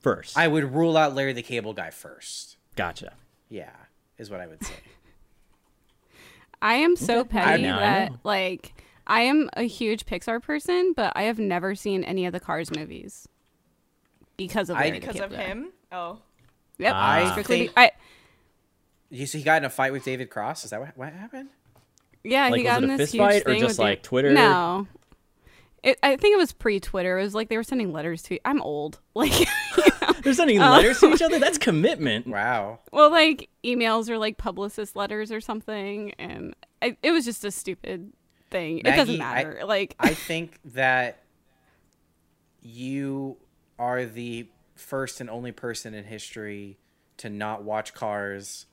Speaker 5: first.
Speaker 2: I would rule out Larry the Cable Guy first.
Speaker 5: gotcha.
Speaker 2: Yeah, is what I would say.
Speaker 4: I am so petty
Speaker 5: now I
Speaker 4: that
Speaker 5: know.
Speaker 4: like I am a huge Pixar person, but I have never seen any of the Cars movies because of
Speaker 2: I-
Speaker 4: Larry the
Speaker 3: because
Speaker 4: Cable
Speaker 3: of
Speaker 4: Guy.
Speaker 3: him. Oh,
Speaker 4: Yep,
Speaker 5: I
Speaker 4: strictly.
Speaker 2: think-
Speaker 4: be- I,
Speaker 2: He, so he got in a fight with David Cross. Is that what, what happened?
Speaker 4: yeah,
Speaker 5: Like,
Speaker 4: he
Speaker 5: was
Speaker 4: got
Speaker 5: it
Speaker 4: in
Speaker 5: a
Speaker 4: this
Speaker 5: fist
Speaker 4: huge
Speaker 5: fight or
Speaker 4: thing
Speaker 5: just,
Speaker 4: with
Speaker 5: like,
Speaker 4: David-
Speaker 5: Twitter?
Speaker 4: No, it, I think it was pre-Twitter. It was like they were sending letters to. I'm old. Like,
Speaker 5: They're sending
Speaker 4: Oh.
Speaker 5: letters to each other. That's commitment.
Speaker 2: Wow.
Speaker 4: well, like emails or like publicist letters or something, and I, it was just a stupid thing. it
Speaker 2: Maggie,
Speaker 4: doesn't
Speaker 2: I-
Speaker 4: matter. like,
Speaker 2: I think that you are the first and only person in history to not watch Cars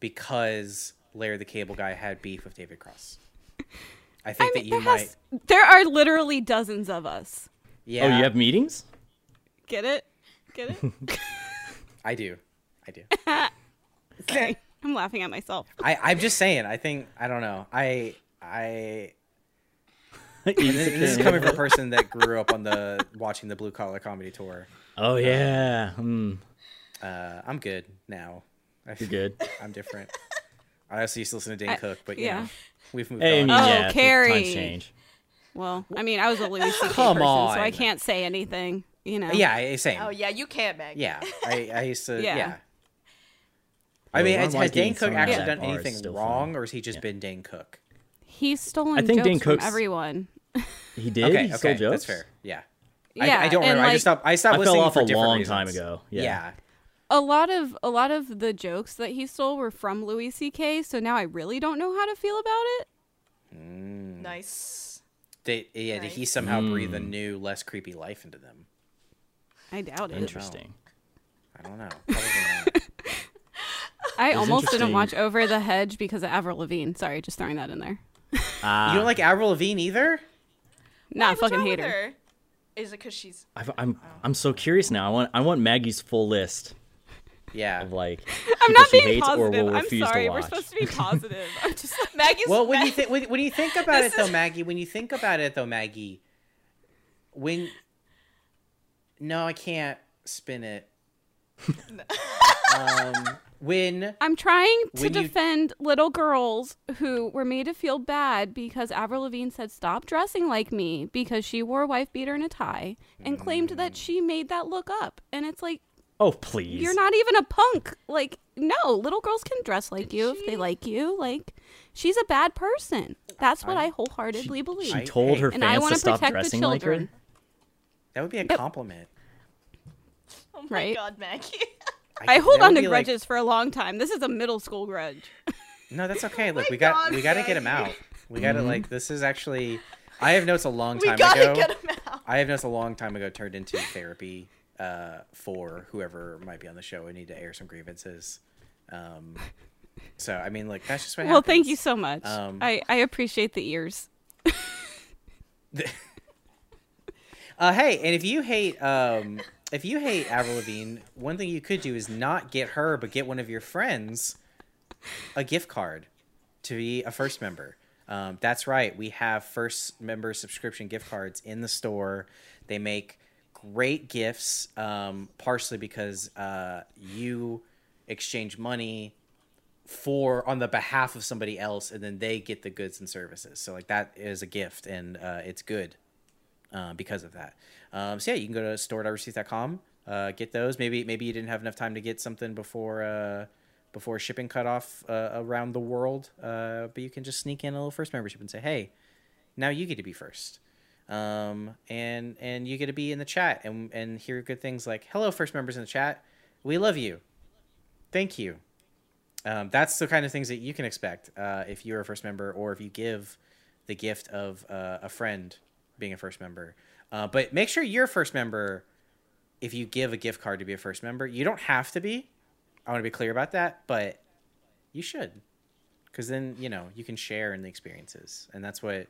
Speaker 2: because Larry the Cable Guy had beef with David Cross. I think
Speaker 4: I
Speaker 2: that
Speaker 4: mean, there
Speaker 2: you might.
Speaker 4: has there are literally dozens of us.
Speaker 2: Yeah,
Speaker 5: Oh, you have meetings?
Speaker 4: Get it? Get it?
Speaker 2: I do. I do.
Speaker 4: Okay. I'm laughing at myself.
Speaker 2: I, I'm just saying. I think I don't know. I I this, this is coming from a person that grew up on the watching the blue collar comedy tour.
Speaker 5: oh yeah. Hmm.
Speaker 2: Uh, I'm good now. I
Speaker 5: you're good.
Speaker 2: I'm different. I also used to listen to Dan Cook, but yeah,
Speaker 4: yeah.
Speaker 2: we've moved
Speaker 5: Hey, I
Speaker 2: on. Uh,
Speaker 5: mean,
Speaker 4: Oh,
Speaker 5: yeah,
Speaker 4: Carrie.
Speaker 5: Times change.
Speaker 4: Well, I mean, I was a Louis C.K.
Speaker 2: Come
Speaker 4: person, so I
Speaker 2: on.
Speaker 4: can't say anything. You know.
Speaker 2: yeah, I- same.
Speaker 3: oh yeah, you can, Maggie.
Speaker 2: yeah, I, I used to. Yeah.
Speaker 4: Yeah.
Speaker 2: I mean,
Speaker 5: Yeah,
Speaker 2: has,
Speaker 5: Ron
Speaker 2: has Dan
Speaker 5: Wankin's
Speaker 2: Cook
Speaker 5: song
Speaker 2: actually
Speaker 5: that
Speaker 2: done
Speaker 5: bar is
Speaker 2: anything
Speaker 5: still
Speaker 2: wrong,
Speaker 5: funny.
Speaker 2: or has he just been Dan Cook?
Speaker 4: He's stolen
Speaker 5: I think
Speaker 4: jokes
Speaker 5: Dane
Speaker 4: from
Speaker 5: Cook's-
Speaker 4: everyone.
Speaker 5: He did.
Speaker 2: Okay,
Speaker 5: he stole
Speaker 2: okay, that's
Speaker 5: jokes?
Speaker 2: fair. Yeah.
Speaker 4: Yeah,
Speaker 2: I, I don't
Speaker 4: and,
Speaker 2: remember. I just
Speaker 4: like,
Speaker 2: stopped. I stopped
Speaker 5: I fell
Speaker 2: listening
Speaker 5: off
Speaker 2: for
Speaker 5: a
Speaker 2: different
Speaker 5: long
Speaker 2: reasons.
Speaker 5: time ago. Yeah.
Speaker 4: A lot of a lot of the jokes that he stole were from Louis C.K. So now I really don't know how to feel about it.
Speaker 3: Nice.
Speaker 2: They, yeah, that he somehow breathed a
Speaker 5: Hmm.
Speaker 2: new, less creepy life into them.
Speaker 4: I doubt it.
Speaker 5: Interesting.
Speaker 2: I don't know. Probably not.
Speaker 4: I almost
Speaker 5: interesting.
Speaker 4: didn't watch Over the Hedge because of Avril Lavigne. Sorry, just throwing that in there.
Speaker 5: Ah,
Speaker 2: Oh. you don't like Avril Lavigne either?
Speaker 4: Nah,
Speaker 3: What's
Speaker 4: fucking
Speaker 3: wrong
Speaker 4: hate
Speaker 3: with
Speaker 4: her.
Speaker 3: her? Is it because she's?
Speaker 5: I've, I'm I'm so curious now. I want I want Maggie's full list
Speaker 2: Yeah.
Speaker 5: of like
Speaker 4: I'm
Speaker 5: people
Speaker 4: not
Speaker 5: she
Speaker 4: being
Speaker 5: hates or
Speaker 4: positive.
Speaker 5: will
Speaker 4: I'm
Speaker 5: refuse
Speaker 4: sorry.
Speaker 5: to
Speaker 4: We're
Speaker 5: watch.
Speaker 4: supposed to be positive. I'm just
Speaker 3: Maggie's.
Speaker 2: Well, when you
Speaker 3: Mag-
Speaker 2: think when, when you think about it
Speaker 3: This
Speaker 2: though,
Speaker 3: is-
Speaker 2: Maggie, when you think about it though, Maggie, when no, I can't spin it. um, when
Speaker 4: I'm trying to
Speaker 2: When you-
Speaker 4: defend little girls who were made to feel bad because Avril Lavigne said, Stop dressing like me because she wore a wife beater and a tie and claimed
Speaker 5: Mm.
Speaker 4: that she made that look up. And it's like,
Speaker 5: Oh please.
Speaker 4: you're not even a punk. Like, no, little girls can dress like you if they like you. Like, she's a bad person. That's what I, wholeheartedly believe.
Speaker 5: She told her
Speaker 4: and I
Speaker 5: fans
Speaker 4: want
Speaker 5: to
Speaker 4: to
Speaker 5: stop
Speaker 4: protect the
Speaker 5: dressing like
Speaker 4: children.
Speaker 5: her.
Speaker 2: that would be a compliment.
Speaker 3: oh my
Speaker 4: right?
Speaker 3: god, Maggie.
Speaker 4: I hold
Speaker 2: that
Speaker 4: on
Speaker 2: would
Speaker 4: to
Speaker 2: be like-
Speaker 4: grudges for a long time. This is a middle school grudge.
Speaker 2: no, that's okay. Look,
Speaker 3: Oh my
Speaker 2: we got
Speaker 3: God,
Speaker 2: we got to get him out.
Speaker 3: Maggie.
Speaker 2: We got to like this is actually. I have notes a long
Speaker 3: we
Speaker 2: time
Speaker 3: gotta
Speaker 2: ago.
Speaker 3: get him out.
Speaker 2: I have notes a long time ago turned into therapy uh, for whoever might be on the show and need to air some grievances. Um, so I mean, like that's just what.
Speaker 4: Well, thank
Speaker 2: happens.
Speaker 4: you so much.
Speaker 2: Um,
Speaker 4: I, I appreciate the ears.
Speaker 2: Uh, hey, and if you hate, um, if you hate Avril Lavigne, one thing you could do is not get her, but get one of your friends a gift card to be a first member. Um, that's right. We have first member subscription gift cards in the store. They make great gifts, um, partially because uh, you exchange money for on the behalf of somebody else, and then they get the goods and services. So like that is a gift, and uh, it's good uh, because of that. Um, so yeah, you can go to store.receipt.com, uh, get those. Maybe maybe you didn't have enough time to get something before uh, before shipping cut off uh, around the world, uh, but you can just sneak in a little first membership and say, hey, now you get to be first. Um, and and you get to be in the chat and and hear good things like, hello, first members in the chat, we love you. thank you. Um, that's the kind of things that you can expect uh, if you're a first member or if you give the gift of uh, a friend being a first member. Uh, but make sure you're a first member if you give a gift card to be a first member. You don't have to be. I want to be clear about that, but you should. Because then, you know, you can share in the experiences. And that's what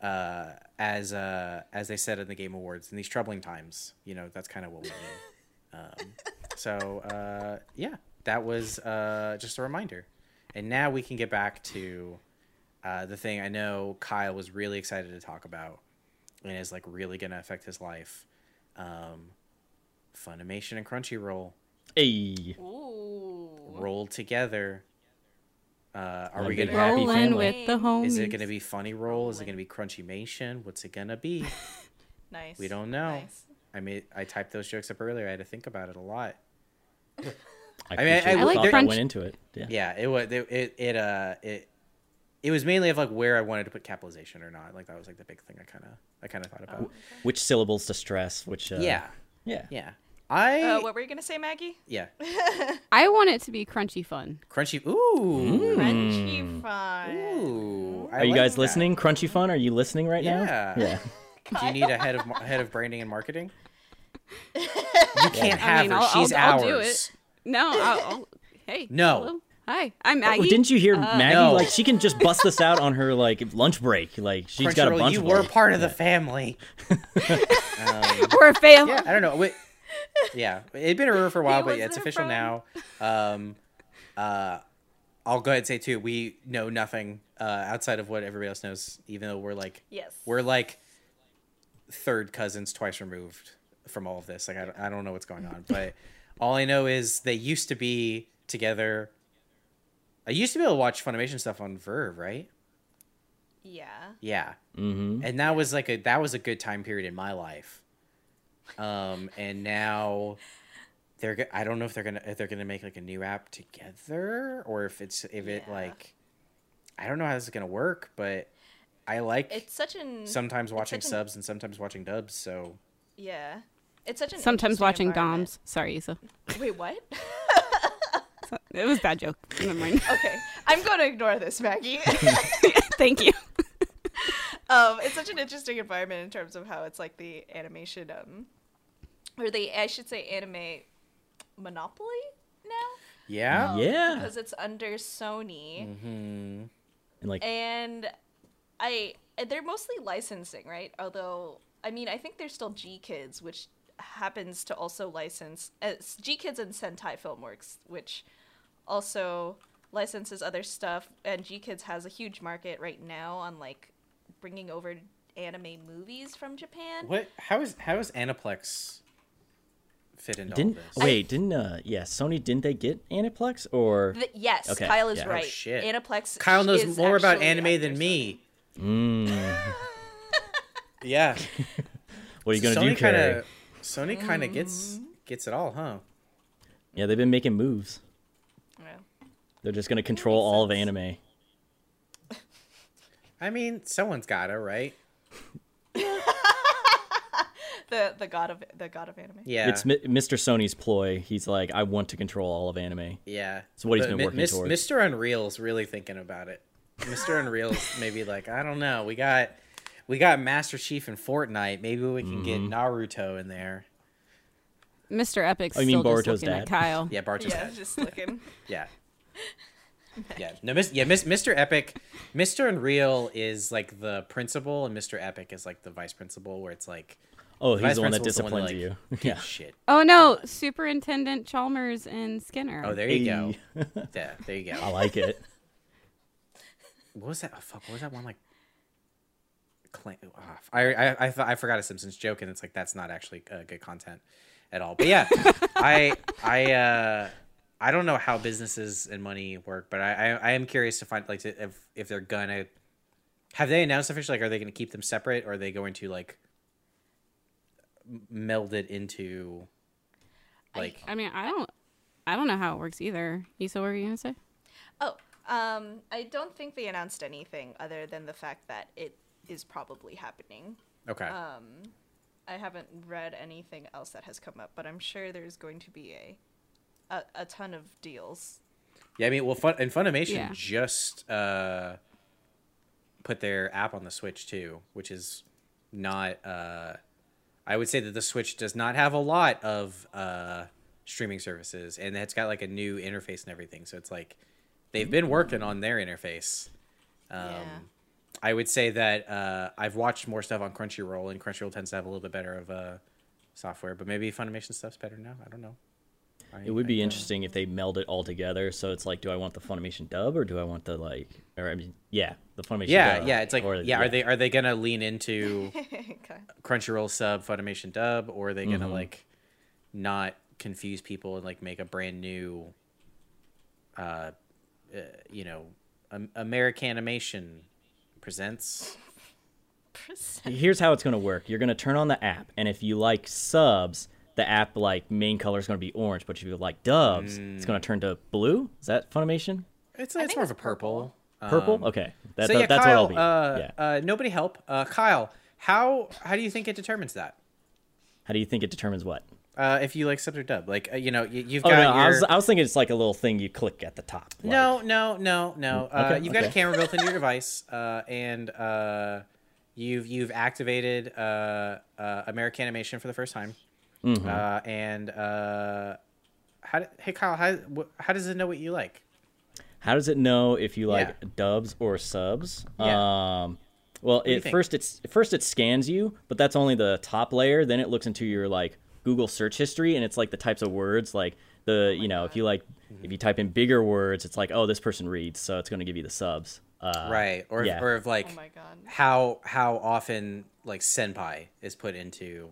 Speaker 2: uh, as uh, as they said in the Game Awards, in these troubling times, you know, that's kind of what we do. Um, so uh, yeah, that was uh, just a reminder, and now we can get back to uh, the thing I know Kyle was really excited to talk about, and is like really going to affect his life. Um, Funimation and Crunchyroll
Speaker 5: Hey,
Speaker 3: Ooh.
Speaker 2: rolled together. Uh, are
Speaker 5: One
Speaker 2: we
Speaker 5: big
Speaker 2: going to
Speaker 5: happy
Speaker 2: have
Speaker 5: Rolling
Speaker 4: Rollin'
Speaker 5: family.
Speaker 4: with the homies.
Speaker 2: Is it going to be funny roll? Is it going to be Crunchymation? What's it going to be?
Speaker 3: Nice.
Speaker 2: We don't know.
Speaker 3: Nice.
Speaker 2: I mean, I typed those jokes up earlier. I had to think about it a lot.
Speaker 5: I,
Speaker 2: mean, I-
Speaker 5: appreciate
Speaker 2: I
Speaker 5: the
Speaker 2: like
Speaker 5: thought that
Speaker 4: crunch-
Speaker 5: went into it. Yeah.
Speaker 2: Yeah, it was it it, it uh it it was mainly of like where I wanted to put capitalization or not. Like that was like the big thing I kind of I kind of thought about.
Speaker 5: Which syllables to stress? Which uh,
Speaker 2: yeah,
Speaker 5: yeah,
Speaker 2: yeah. I
Speaker 3: Uh, what were you gonna say, Maggie?
Speaker 2: yeah.
Speaker 4: I want it to be crunchy fun.
Speaker 2: Crunchy. Ooh.
Speaker 3: Crunchy fun.
Speaker 2: Ooh. I
Speaker 5: Mm. Are you
Speaker 2: like
Speaker 5: guys
Speaker 2: that.
Speaker 5: listening? Crunchy Fun? Are you listening right
Speaker 2: Yeah.
Speaker 5: now? Yeah.
Speaker 2: Do you need a head of mar- head of branding and marketing? You can't have
Speaker 4: mean,
Speaker 2: her.
Speaker 4: I'll-
Speaker 2: She's
Speaker 4: I'll-
Speaker 2: ours.
Speaker 4: I'll do it. No. I'll, I'll, hey.
Speaker 2: No.
Speaker 4: hello. Hi, I'm Maggie.
Speaker 5: Well, Oh, didn't you hear Maggie?
Speaker 2: No.
Speaker 5: Like she can just bust this out on her like lunch break. Like she's got a
Speaker 2: Crunchyroll,
Speaker 5: bunch
Speaker 2: you
Speaker 5: of
Speaker 2: were
Speaker 5: them.
Speaker 2: part of the family.
Speaker 4: We're a family.
Speaker 2: yeah, I don't know. Wait, yeah, it'd been a rumor for a while,
Speaker 4: He
Speaker 2: but
Speaker 4: was
Speaker 2: yeah, it's
Speaker 4: their
Speaker 2: official
Speaker 4: friend.
Speaker 2: now. Um, uh, I'll go ahead and say too, we know nothing uh, outside of what everybody else knows, even though we're like,
Speaker 3: Yes.
Speaker 2: we're like third cousins twice removed from all of this. Like, I, don't- I don't know what's going on, but all I know is they used to be together. I used to be able to watch Funimation stuff on Verve, right?
Speaker 3: Yeah.
Speaker 2: Yeah. Mm-hmm. And that was like a that was a good time period in my life. Um, and now they're go- I don't know if they're gonna if they're gonna make like a new app together or if it's if it
Speaker 3: Yeah.
Speaker 2: like I don't know how this is gonna work, but I like
Speaker 3: It's such an
Speaker 2: sometimes watching
Speaker 3: such an-
Speaker 2: subs and sometimes watching dubs. So
Speaker 3: yeah. It's such an
Speaker 4: Sometimes
Speaker 3: interesting
Speaker 4: watching
Speaker 3: environment.
Speaker 4: Doms. Sorry, Issa.
Speaker 3: Wait, what?
Speaker 4: So- It was a bad joke. Never mind.
Speaker 3: okay, I'm going to ignore this, Maggie.
Speaker 4: Thank you.
Speaker 3: um, it's such an interesting environment in terms of how it's like the animation, um, or the I should say anime monopoly now
Speaker 2: yeah,
Speaker 5: Yeah.
Speaker 3: because it's under Sony.
Speaker 5: And like
Speaker 3: and I they're mostly licensing, right? Although I mean, I think they're still G Kids, which happens to also license uh, G Kids and Sentai Filmworks, which also licenses other stuff. And G Kids has a huge market right now on like bringing over anime movies from Japan.
Speaker 2: What? How is how is Aniplex fit into
Speaker 5: didn't
Speaker 2: all this?
Speaker 5: wait, didn't uh yeah, Sony didn't they get Aniplex or
Speaker 3: Th- yes,
Speaker 5: Okay,
Speaker 3: Kyle is
Speaker 5: yeah. Oh,
Speaker 3: right.
Speaker 2: shit.
Speaker 3: Aniplex.
Speaker 2: Kyle knows
Speaker 3: is
Speaker 2: more about
Speaker 3: actually
Speaker 2: anime
Speaker 3: under
Speaker 2: than me.
Speaker 5: Mm,
Speaker 2: Yeah,
Speaker 5: what are you gonna do,
Speaker 2: Sony
Speaker 5: Carrie?
Speaker 2: kinda- Sony kind of gets gets it all, huh?
Speaker 5: Yeah, they've been making moves.
Speaker 3: Sony. Yeah.
Speaker 5: They're just gonna control all of anime.
Speaker 2: I mean, someone's gotta, right?
Speaker 3: The the god of the god of anime.
Speaker 2: Yeah.
Speaker 5: It's Mi- Mr. Sony's ploy. He's like, I want to control all of anime.
Speaker 2: yeah.
Speaker 5: It's what he's
Speaker 2: But
Speaker 5: been
Speaker 2: Mi-
Speaker 5: working
Speaker 2: Mis-
Speaker 5: towards.
Speaker 2: Mr. Unreal's really thinking about it. Mr. Unreal's maybe like, I don't know. We got we got Master Chief and Fortnite. Maybe we can get
Speaker 5: Mm-hmm.
Speaker 2: Naruto in there.
Speaker 4: Mr. Epic's
Speaker 5: Oh, you mean
Speaker 4: still just
Speaker 5: Boruto's
Speaker 4: looking
Speaker 5: dad?
Speaker 4: at Kyle.
Speaker 2: Yeah, Bartos.
Speaker 3: Yeah,
Speaker 2: Yeah.
Speaker 3: just looking.
Speaker 2: Yeah. yeah. No, mis- yeah, mis- Mr. Epic, Mr. Unreal is like the principal, and Mr. Epic is like the vice principal, where it's like
Speaker 5: Oh, he's
Speaker 2: vice
Speaker 5: the one that
Speaker 2: principal's the one
Speaker 5: disciplines
Speaker 2: that,
Speaker 5: you.
Speaker 2: like,
Speaker 5: yeah.
Speaker 2: shit.
Speaker 4: Oh no, Superintendent Chalmers and Skinner.
Speaker 2: Oh, there you go.
Speaker 5: Hey.
Speaker 2: Yeah, there you
Speaker 5: I
Speaker 2: go.
Speaker 5: like it.
Speaker 2: What was that? Oh, fuck. What was that one like? Clan- oh, I I I, thought- I forgot a Simpsons joke, and it's like that's not actually uh, good content at all. But yeah, I I uh, I don't know how businesses and money work, but I I, I am curious to find like to, if if they're gonna have they announced officially like are they going to keep them separate or are they going to like m- meld it into like
Speaker 4: I mean, I don't, I don't know how it works either. Issa, what were you gonna say?
Speaker 3: Oh, um, I don't think they announced anything other than the fact that it is probably happening.
Speaker 2: okay
Speaker 3: I haven't read anything else that has come up, but I'm sure there's going to be a a, a ton of deals.
Speaker 2: Yeah, I mean, well, fun and Funimation
Speaker 4: Yeah.
Speaker 2: just uh, put their app on the Switch too, which is not. Uh, I would say that the Switch does not have a lot of uh, streaming services, and it's got like a new interface and everything. So it's like they've been working on their interface. Um,
Speaker 3: Yeah.
Speaker 2: I would say that uh, I've watched more stuff on Crunchyroll, and Crunchyroll tends to have a little bit better of uh, software, but maybe Funimation stuff's better now. I don't know. I-
Speaker 5: It would
Speaker 2: I
Speaker 5: be
Speaker 2: don't-
Speaker 5: interesting if they meld it all together. So it's like, do I want the Funimation dub or do I want the like, or I mean, yeah, the Funimation.
Speaker 2: Yeah,
Speaker 5: dub,
Speaker 2: yeah. It's like,
Speaker 5: or-
Speaker 2: yeah, Are they are they gonna lean into
Speaker 3: okay.
Speaker 2: Crunchyroll sub Funimation dub, or are they
Speaker 5: Mm-hmm.
Speaker 2: gonna like not confuse people and like make a brand new, uh, uh you know, um, American Animation presents?
Speaker 5: Here's how it's gonna work. You're gonna turn on the app, and if you like subs, the app like main color is gonna be orange. But if you like dubs, it's
Speaker 2: Mm.
Speaker 5: gonna turn to blue. Is that Funimation?
Speaker 2: It's it's
Speaker 3: think
Speaker 2: more
Speaker 3: it's
Speaker 2: of a purple.
Speaker 5: Purple?
Speaker 2: Um,
Speaker 5: okay, that,
Speaker 2: so
Speaker 5: Uh, that-
Speaker 2: yeah,
Speaker 5: that's
Speaker 2: Kyle.
Speaker 5: what I'll
Speaker 2: uh,
Speaker 5: be. yeah.
Speaker 2: uh, nobody help, uh, Kyle. How how do you think it determines that?
Speaker 5: How do you think it determines what?
Speaker 2: Uh, if you like sub or dub, like uh, you know, you, you've
Speaker 5: Oh
Speaker 2: got
Speaker 5: no,
Speaker 2: your.
Speaker 5: I was I was thinking it's like a little thing you click at the top. like-
Speaker 2: No, no, no, no. Uh,
Speaker 5: Mm, okay,
Speaker 2: you've got a
Speaker 5: okay.
Speaker 2: camera built into your device, uh, and uh, you've you've activated uh, uh, American Animation for the first time.
Speaker 5: Mm-hmm.
Speaker 2: Uh, and uh, how? d hey, Kyle, how wh- how does it know what you like?
Speaker 5: How does it know if you like
Speaker 2: Yeah.
Speaker 5: dubs or subs?
Speaker 2: Yeah.
Speaker 5: Um, well,
Speaker 2: you
Speaker 5: it
Speaker 2: think?
Speaker 5: first it's first it scans you, but that's only the top layer. Then it looks into your like Google search history, and it's like the types of words like the you know if you like if you type in bigger words, it's like oh this person reads, so it's going to give you the subs. Uh,
Speaker 2: right, or if
Speaker 5: yeah.
Speaker 2: or if like
Speaker 3: Oh my god.
Speaker 2: how how often like senpai is put into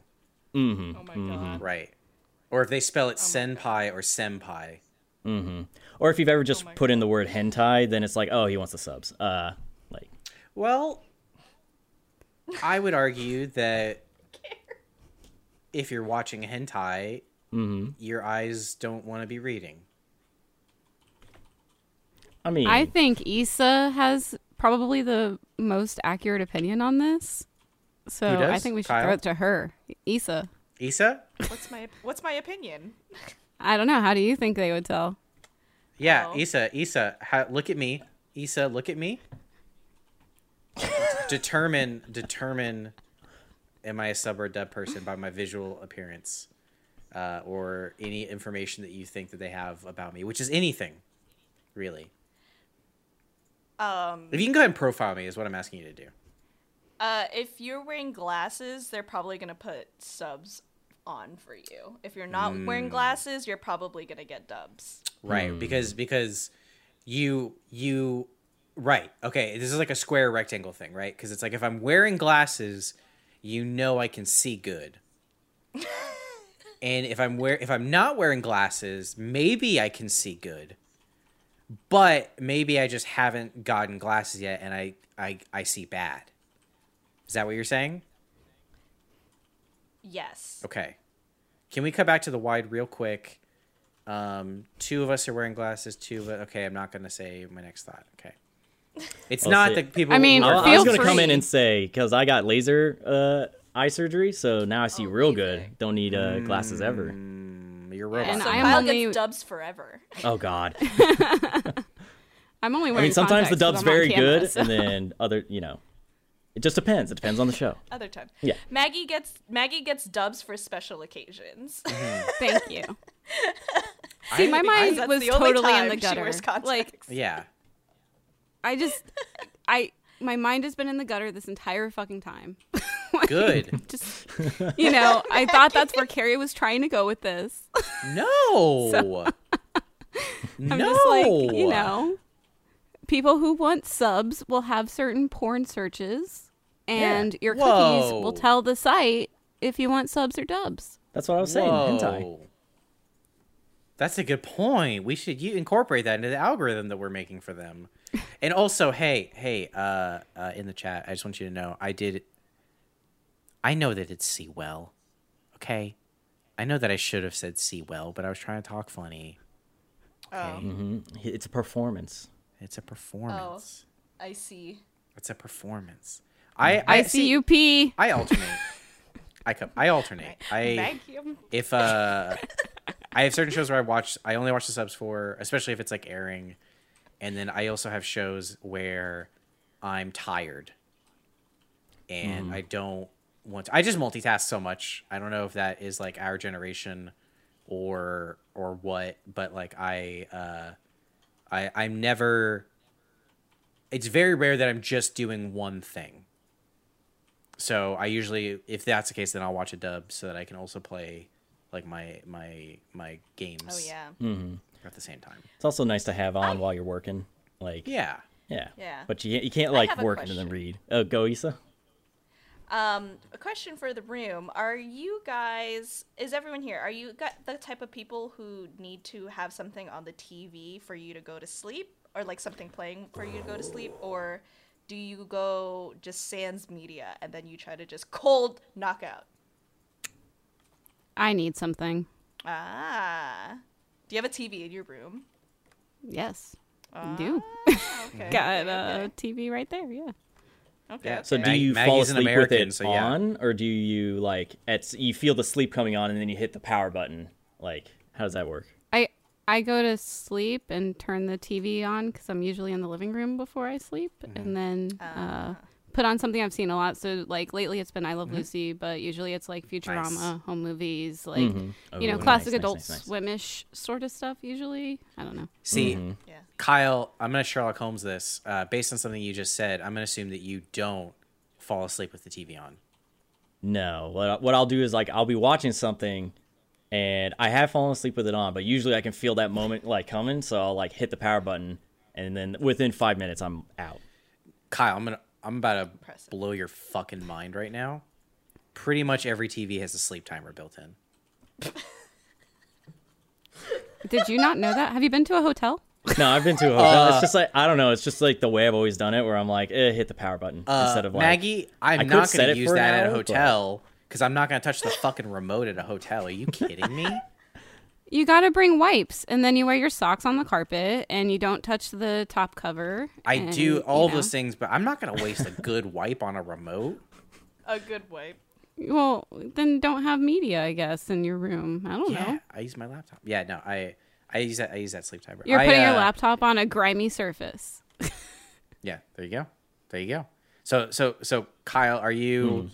Speaker 4: Mm-hmm.
Speaker 3: Oh my god.
Speaker 2: right, or if they spell
Speaker 3: Oh
Speaker 2: it senpai or senpai.
Speaker 5: Or if you've ever just
Speaker 3: my
Speaker 5: put in the word hentai, then it's like oh he wants the subs. Uh, like
Speaker 2: Well, I would argue that if you're watching hentai, your eyes don't want to be reading.
Speaker 5: I mean
Speaker 4: I think Issa has probably the most accurate opinion on this. So
Speaker 2: Who does?
Speaker 4: I think we should
Speaker 2: Kyle?
Speaker 4: throw it to her. Issa.
Speaker 2: Issa?
Speaker 3: What's my what's my opinion?
Speaker 4: I don't know. How do you think they would tell?
Speaker 2: Yeah,
Speaker 3: Oh.
Speaker 2: Issa, Issa, ha- look at me. Issa, look at me. determine, determine, am I a sub or dub person by my visual appearance uh, or any information that you think that they have about me, which is anything, really.
Speaker 3: Um
Speaker 2: If you can go ahead and profile me, is what I'm asking you to do.
Speaker 3: uh if you're wearing glasses, they're probably going to put subs on for you. If you're not wearing glasses, you're probably going to get dubs.
Speaker 2: right because because you you right okay this is like a square rectangle thing right because it's like if i'm wearing glasses you know i can see good and if i'm wear if i'm not wearing glasses maybe i can see good but maybe i just haven't gotten glasses yet and i i, I see bad is that what you're saying
Speaker 3: Yes.
Speaker 2: Okay. Can we come back to the wide real quick? Um, two of us are wearing glasses. Two of okay. I'm not gonna say my next thought. Okay. It's
Speaker 5: I'll
Speaker 2: not
Speaker 5: say-
Speaker 2: that people.
Speaker 4: I mean,
Speaker 2: who are-
Speaker 5: I, I was
Speaker 4: Feel
Speaker 5: gonna come in
Speaker 4: free.
Speaker 5: and say because I got laser uh, eye surgery, so now I see
Speaker 3: Oh,
Speaker 5: real
Speaker 3: laser.
Speaker 5: good. Don't need uh, glasses ever.
Speaker 2: you're a robot.
Speaker 4: And
Speaker 3: So
Speaker 4: I am
Speaker 3: Kyle
Speaker 4: only-
Speaker 3: gets dubs forever.
Speaker 5: Oh God.
Speaker 4: I'm only
Speaker 5: I
Speaker 4: wearing
Speaker 5: mean, sometimes the dub's
Speaker 4: contacts 'cause I'm on
Speaker 5: very
Speaker 4: camera,
Speaker 5: good,
Speaker 4: so-
Speaker 5: and then other, you know, it just depends. It depends on the show.
Speaker 3: Other time.
Speaker 5: Yeah.
Speaker 3: Maggie gets Maggie gets dubs for special occasions.
Speaker 4: Thank you.
Speaker 2: I
Speaker 4: See, my
Speaker 2: think-
Speaker 4: mind
Speaker 3: That's
Speaker 4: was
Speaker 3: the only
Speaker 4: totally in
Speaker 3: time
Speaker 4: the
Speaker 3: she
Speaker 4: gutter.
Speaker 3: wears contacts.
Speaker 4: Like
Speaker 2: Yeah.
Speaker 4: I just, I my mind has been in the gutter this entire fucking time.
Speaker 2: Good.
Speaker 4: Just you know, I thought that's where Carrie was trying to go with this.
Speaker 2: No.
Speaker 4: I'm
Speaker 2: no.
Speaker 4: just like, you know, people who want subs will have certain porn searches, and your cookies
Speaker 2: Whoa.
Speaker 4: will tell the site if you want subs or dubs.
Speaker 5: That's what I was saying. Hentai.
Speaker 2: Whoa. That's a good point. We should you incorporate that into the algorithm that we're making for them. And also, hey, hey, uh, uh, in the chat, I just want you to know I did. I know that it's see well, okay. I know that I should have said see well, but I was trying to talk funny. Okay,
Speaker 5: It's a performance.
Speaker 2: it's a performance.
Speaker 3: I see.
Speaker 2: It's a performance. I
Speaker 4: I, see you pee.
Speaker 5: Mm.
Speaker 2: I alternate. I come. I alternate. I
Speaker 3: Maggie, I'm
Speaker 2: if uh I have certain shows where I watch. I only watch the subs for, especially if it's like airing, and then I also have shows where I'm tired, and I don't want. To, I just multitask so much. I don't know if that is like our generation, or or what, but like I, uh, I I'm never. It's very rare that I'm just doing one thing. So I usually, if that's the case, then I'll watch a dub so that I can also play like my my my games.
Speaker 3: Oh yeah.
Speaker 2: At the same time.
Speaker 5: It's also nice to have on while you're working. Like yeah.
Speaker 2: Yeah.
Speaker 5: yeah.
Speaker 3: Yeah.
Speaker 5: But you you can't like
Speaker 3: have a
Speaker 5: work and then
Speaker 3: question.
Speaker 5: read. Oh, go Issa.
Speaker 3: Um, a question for the room: Are you guys? Is everyone here? Are you got the type of people who need to have something on the TV for you to go to sleep, or like something playing for you to go to sleep, or do you go just sans media and then you try to just cold knockout?
Speaker 4: I need something.
Speaker 3: Ah, do you have a TV in your room?
Speaker 4: Yes. I do.
Speaker 3: Ah,
Speaker 5: Mm-hmm.
Speaker 3: okay.
Speaker 7: Got
Speaker 3: okay,
Speaker 7: a
Speaker 3: okay,
Speaker 7: TV right there. Yeah.
Speaker 3: okay, okay.
Speaker 5: So do
Speaker 2: Mag-
Speaker 5: you
Speaker 2: Maggie's
Speaker 5: fall
Speaker 2: an
Speaker 5: asleep
Speaker 2: American,
Speaker 5: with it
Speaker 2: so yeah.
Speaker 5: on, or do you like at you feel the sleep coming on and then you hit the power button? Like how does that work?
Speaker 4: I I go to sleep and turn the TV on because I'm usually in the living room before I sleep, and then uh, put on something I've seen a lot. So like lately, it's been I Love Lucy, but usually it's like Futurama,
Speaker 2: Nice.
Speaker 4: home movies, like
Speaker 5: Oh,
Speaker 4: you know,
Speaker 5: nice,
Speaker 4: classic
Speaker 5: nice,
Speaker 4: adult
Speaker 5: nice, nice.
Speaker 4: swimish sort of stuff. Usually, I don't know.
Speaker 2: See,
Speaker 3: Yeah.
Speaker 2: Kyle, I'm gonna Sherlock Holmes this. Uh, based on something you just said, I'm gonna assume that you don't fall asleep with the TV on.
Speaker 5: No. What I- what I'll do is like I'll be watching something and I have fallen asleep with it on, but usually I can feel that moment like coming, so I'll like hit the power button and then within 5 minutes I'm out.
Speaker 2: Kyle, I'm gonna I'm about to
Speaker 3: Impressive.
Speaker 2: blow your fucking mind right now. Pretty much every TV has a sleep timer built in.
Speaker 4: Did you not know that? Have you been to a hotel?
Speaker 5: No, I've been to a hotel.
Speaker 2: Uh,
Speaker 5: it's just like I don't know, it's just like the way I've always done it where I'm like, eh, hit the power button
Speaker 2: Uh,
Speaker 5: instead of like
Speaker 2: Maggie, I'm
Speaker 5: I could
Speaker 2: not
Speaker 5: set
Speaker 2: gonna
Speaker 5: it
Speaker 2: use
Speaker 5: for an
Speaker 2: that at a
Speaker 5: hour, but-
Speaker 2: hotel because I'm not gonna touch the fucking remote at a hotel. Are you kidding me?
Speaker 4: You gotta bring wipes, and then you wear your socks on the carpet, and you don't touch the top cover.
Speaker 2: I
Speaker 4: and,
Speaker 2: do
Speaker 4: you
Speaker 2: all
Speaker 4: know.
Speaker 2: those things, but I'm not gonna waste a good wipe on a remote.
Speaker 3: A good wipe.
Speaker 4: Well, then don't have media, I guess, in your room. I don't
Speaker 2: Yeah,
Speaker 4: know.
Speaker 2: I use my laptop. Yeah, no, I I use that I use that sleep timer.
Speaker 4: You're
Speaker 2: I,
Speaker 4: putting your
Speaker 2: uh,
Speaker 4: laptop on a grimy surface.
Speaker 2: Yeah, there you go. There you go. So so so Kyle, are you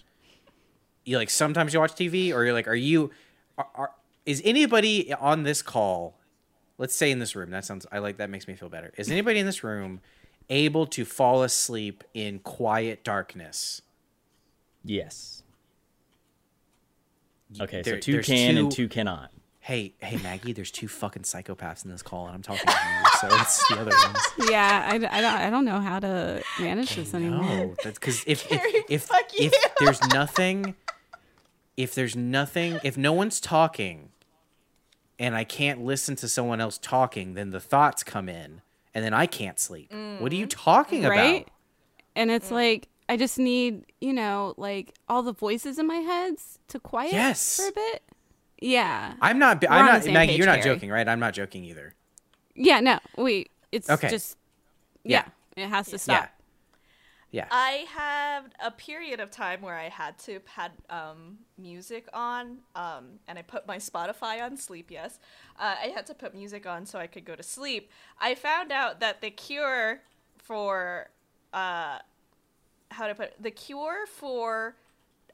Speaker 2: you like sometimes you watch TV or you're like are you are, are is anybody on this call? Let's say in this room. That sounds I like that makes me feel better. Is anybody in this room able to fall asleep in quiet darkness?
Speaker 5: Yes. Okay,
Speaker 2: there-
Speaker 5: so two
Speaker 2: there's
Speaker 5: can and
Speaker 2: two-
Speaker 5: two cannot.
Speaker 2: Hey, hey Maggie, there's two fucking psychopaths in this call and I'm talking to you, so it's the other ones.
Speaker 4: yeah, I, I, don't, I don't know how to manage this anymore.
Speaker 2: No, that's because if
Speaker 3: Gary,
Speaker 2: if if,
Speaker 3: fuck
Speaker 2: if
Speaker 3: you.
Speaker 2: there's nothing, if there's nothing, if no one's talking, and I can't listen to someone else talking, then the thoughts come in, and then I can't sleep. What are you talking
Speaker 4: Mm. Right?
Speaker 2: about?
Speaker 4: And it's like, I just need, you know, like all the voices in my heads to quiet
Speaker 2: Yes.
Speaker 4: for a bit. Yeah.
Speaker 2: I'm not.
Speaker 4: on
Speaker 2: I'm
Speaker 4: the
Speaker 2: not.
Speaker 4: same
Speaker 2: Maggie,
Speaker 4: page,
Speaker 2: you're not
Speaker 4: Gary.
Speaker 2: joking, right? I'm not joking either.
Speaker 4: Yeah, no, wait. It's
Speaker 2: Okay.
Speaker 4: just,
Speaker 2: Yeah.
Speaker 4: yeah, it has to stop. Uh,
Speaker 2: Yeah. Yeah.
Speaker 3: I had a period of time where I had to had um, music on, um, and I put my Spotify on sleep. Yes, uh, I had to put music on so I could go to sleep. I found out that the cure for uh, how to put it, the cure for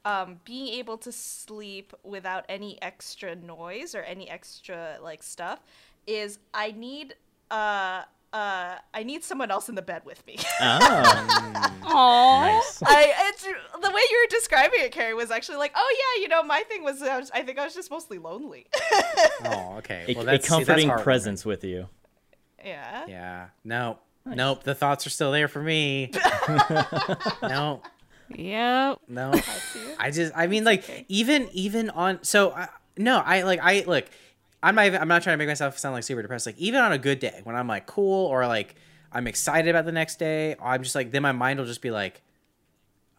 Speaker 3: um, being able to sleep without any extra noise or any extra like stuff is I need uh, uh, I need someone else in the bed with me.
Speaker 5: Oh,
Speaker 4: Aw.
Speaker 5: nice.
Speaker 3: I it's the way you were describing it, Carrie, was actually like, oh yeah, you know, my thing was, I, was, I think I was just mostly lonely.
Speaker 2: oh, okay.
Speaker 5: A,
Speaker 2: Well,
Speaker 5: a
Speaker 2: that's see, that's
Speaker 5: comforting
Speaker 2: heartwarming.
Speaker 5: presence with you.
Speaker 3: yeah.
Speaker 2: Yeah. No. Nope. The thoughts are still there for me. no.
Speaker 4: Yep.
Speaker 2: No. I just I mean like even even on so I, no I like I look I'm not even, I'm not trying to make myself sound like super depressed like even on a good day when I'm like cool or like I'm excited about the next day or I'm just like then my mind will just be like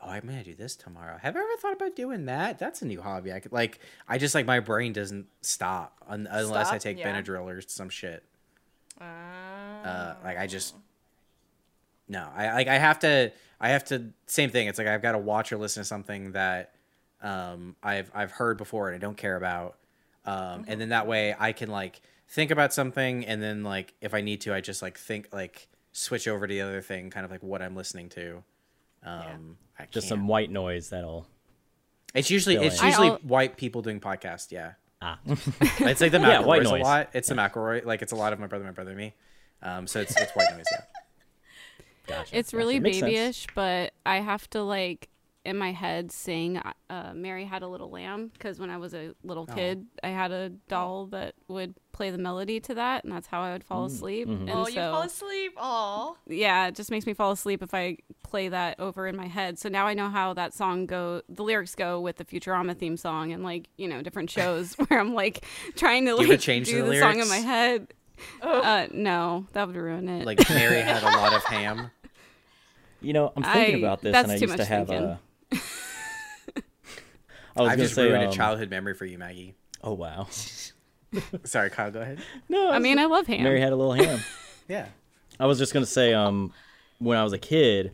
Speaker 2: oh I'm gonna do this tomorrow have I ever thought about doing that that's a new hobby I could like I just like my brain doesn't stop un- unless I
Speaker 3: Stop?
Speaker 2: take
Speaker 3: Yeah.
Speaker 2: Benadryl or some shit uh, like I just no I like I have to I have to same thing it's like I've got to watch or listen to something that um I've I've heard before and I don't care about um, and then that way I can like think about something, and then like if I need to, I just like think like switch over to the other thing, kind of like what I'm listening to. Um, I
Speaker 5: Just
Speaker 2: can't-
Speaker 5: some white noise that'll.
Speaker 2: It's usually
Speaker 5: fill
Speaker 2: it's
Speaker 5: in.
Speaker 4: I
Speaker 2: usually
Speaker 4: al-
Speaker 2: white people doing podcasts. Yeah,
Speaker 5: Ah.
Speaker 2: it's like the
Speaker 5: Yeah,
Speaker 2: McElroys
Speaker 5: white
Speaker 2: a
Speaker 5: noise.
Speaker 2: lot. It's the McElroy, like it's a lot of my brother, my brother, and me. Um, so it's it's white noise. Yeah.
Speaker 5: Gotcha.
Speaker 4: It's
Speaker 5: gotcha.
Speaker 4: really
Speaker 5: Makes sense.
Speaker 4: babyish, but I have to like in my head sing uh, "Mary Had a Little Lamb" because when I was a little
Speaker 2: Oh.
Speaker 4: kid, I had a doll that would play the melody to that, and that's how I would fall
Speaker 2: Mm.
Speaker 4: asleep.
Speaker 2: Mm-hmm.
Speaker 4: And
Speaker 3: Oh,
Speaker 4: so,
Speaker 3: you fall asleep. Aw.
Speaker 4: yeah, it just makes me fall asleep if I play that over in my head. So now I know how that song go, the lyrics go with the Futurama theme song and like you know different shows where I'm like trying to
Speaker 2: you
Speaker 4: like
Speaker 2: ever change
Speaker 4: do
Speaker 2: the
Speaker 4: the, song
Speaker 2: lyrics?
Speaker 4: in my head.
Speaker 3: Oh.
Speaker 4: Uh, no, that would ruin it.
Speaker 2: Like Mary had a lot of ham.
Speaker 5: You know, I'm thinking
Speaker 4: I-
Speaker 5: about this,
Speaker 4: that's
Speaker 5: and I
Speaker 4: too
Speaker 5: used to
Speaker 4: much
Speaker 5: have
Speaker 4: thinking.
Speaker 5: a. I was
Speaker 2: I've
Speaker 5: gonna
Speaker 2: just
Speaker 5: say,
Speaker 2: ruined
Speaker 5: um,
Speaker 2: a childhood memory for you, Maggie.
Speaker 5: Oh wow.
Speaker 2: Sorry, Kyle. Go ahead.
Speaker 5: No,
Speaker 4: I mean, I love ham.
Speaker 5: Mary had a little ham.
Speaker 2: Yeah.
Speaker 5: I was just gonna say, um, when I was a kid,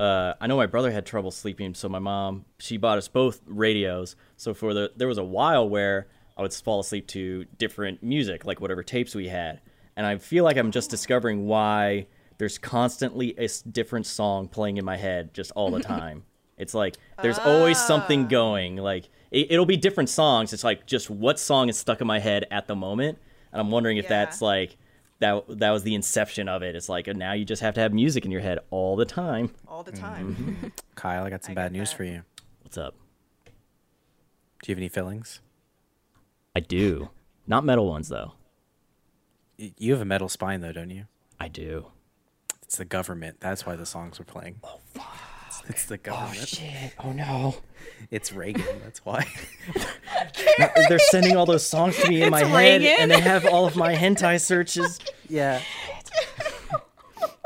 Speaker 5: uh, I know my brother had trouble sleeping, so my mom she bought us both radios. So for the there was a while where I would fall asleep to different music, like whatever tapes we had, and I feel like I'm just discovering why there's constantly a s- different song playing in my head just all the time. it's like there's always something going. Like it, it'll be different songs. It's like just what song is stuck in my head at the moment, and I'm wondering if
Speaker 3: Yeah.
Speaker 5: that's like that that was the inception of it. It's like now you just have to have music in your head all the time.
Speaker 3: All the
Speaker 2: Mm-hmm.
Speaker 3: time.
Speaker 2: Kyle, I got some
Speaker 3: I
Speaker 2: bad
Speaker 3: get
Speaker 2: news
Speaker 3: that.
Speaker 2: for you.
Speaker 5: What's up?
Speaker 2: Do you have any feelings?
Speaker 5: I do. Not metal ones though.
Speaker 2: Y- You have a metal spine, though, don't you?
Speaker 5: I do.
Speaker 2: It's the government. That's why the songs were playing. Oh fuck! It's the government.
Speaker 5: Shit. Oh no.
Speaker 2: it's Reagan. That's why.
Speaker 5: They're sending all those songs to me in my head
Speaker 4: Reagan.
Speaker 5: and they have all of my hentai searches.
Speaker 2: yeah.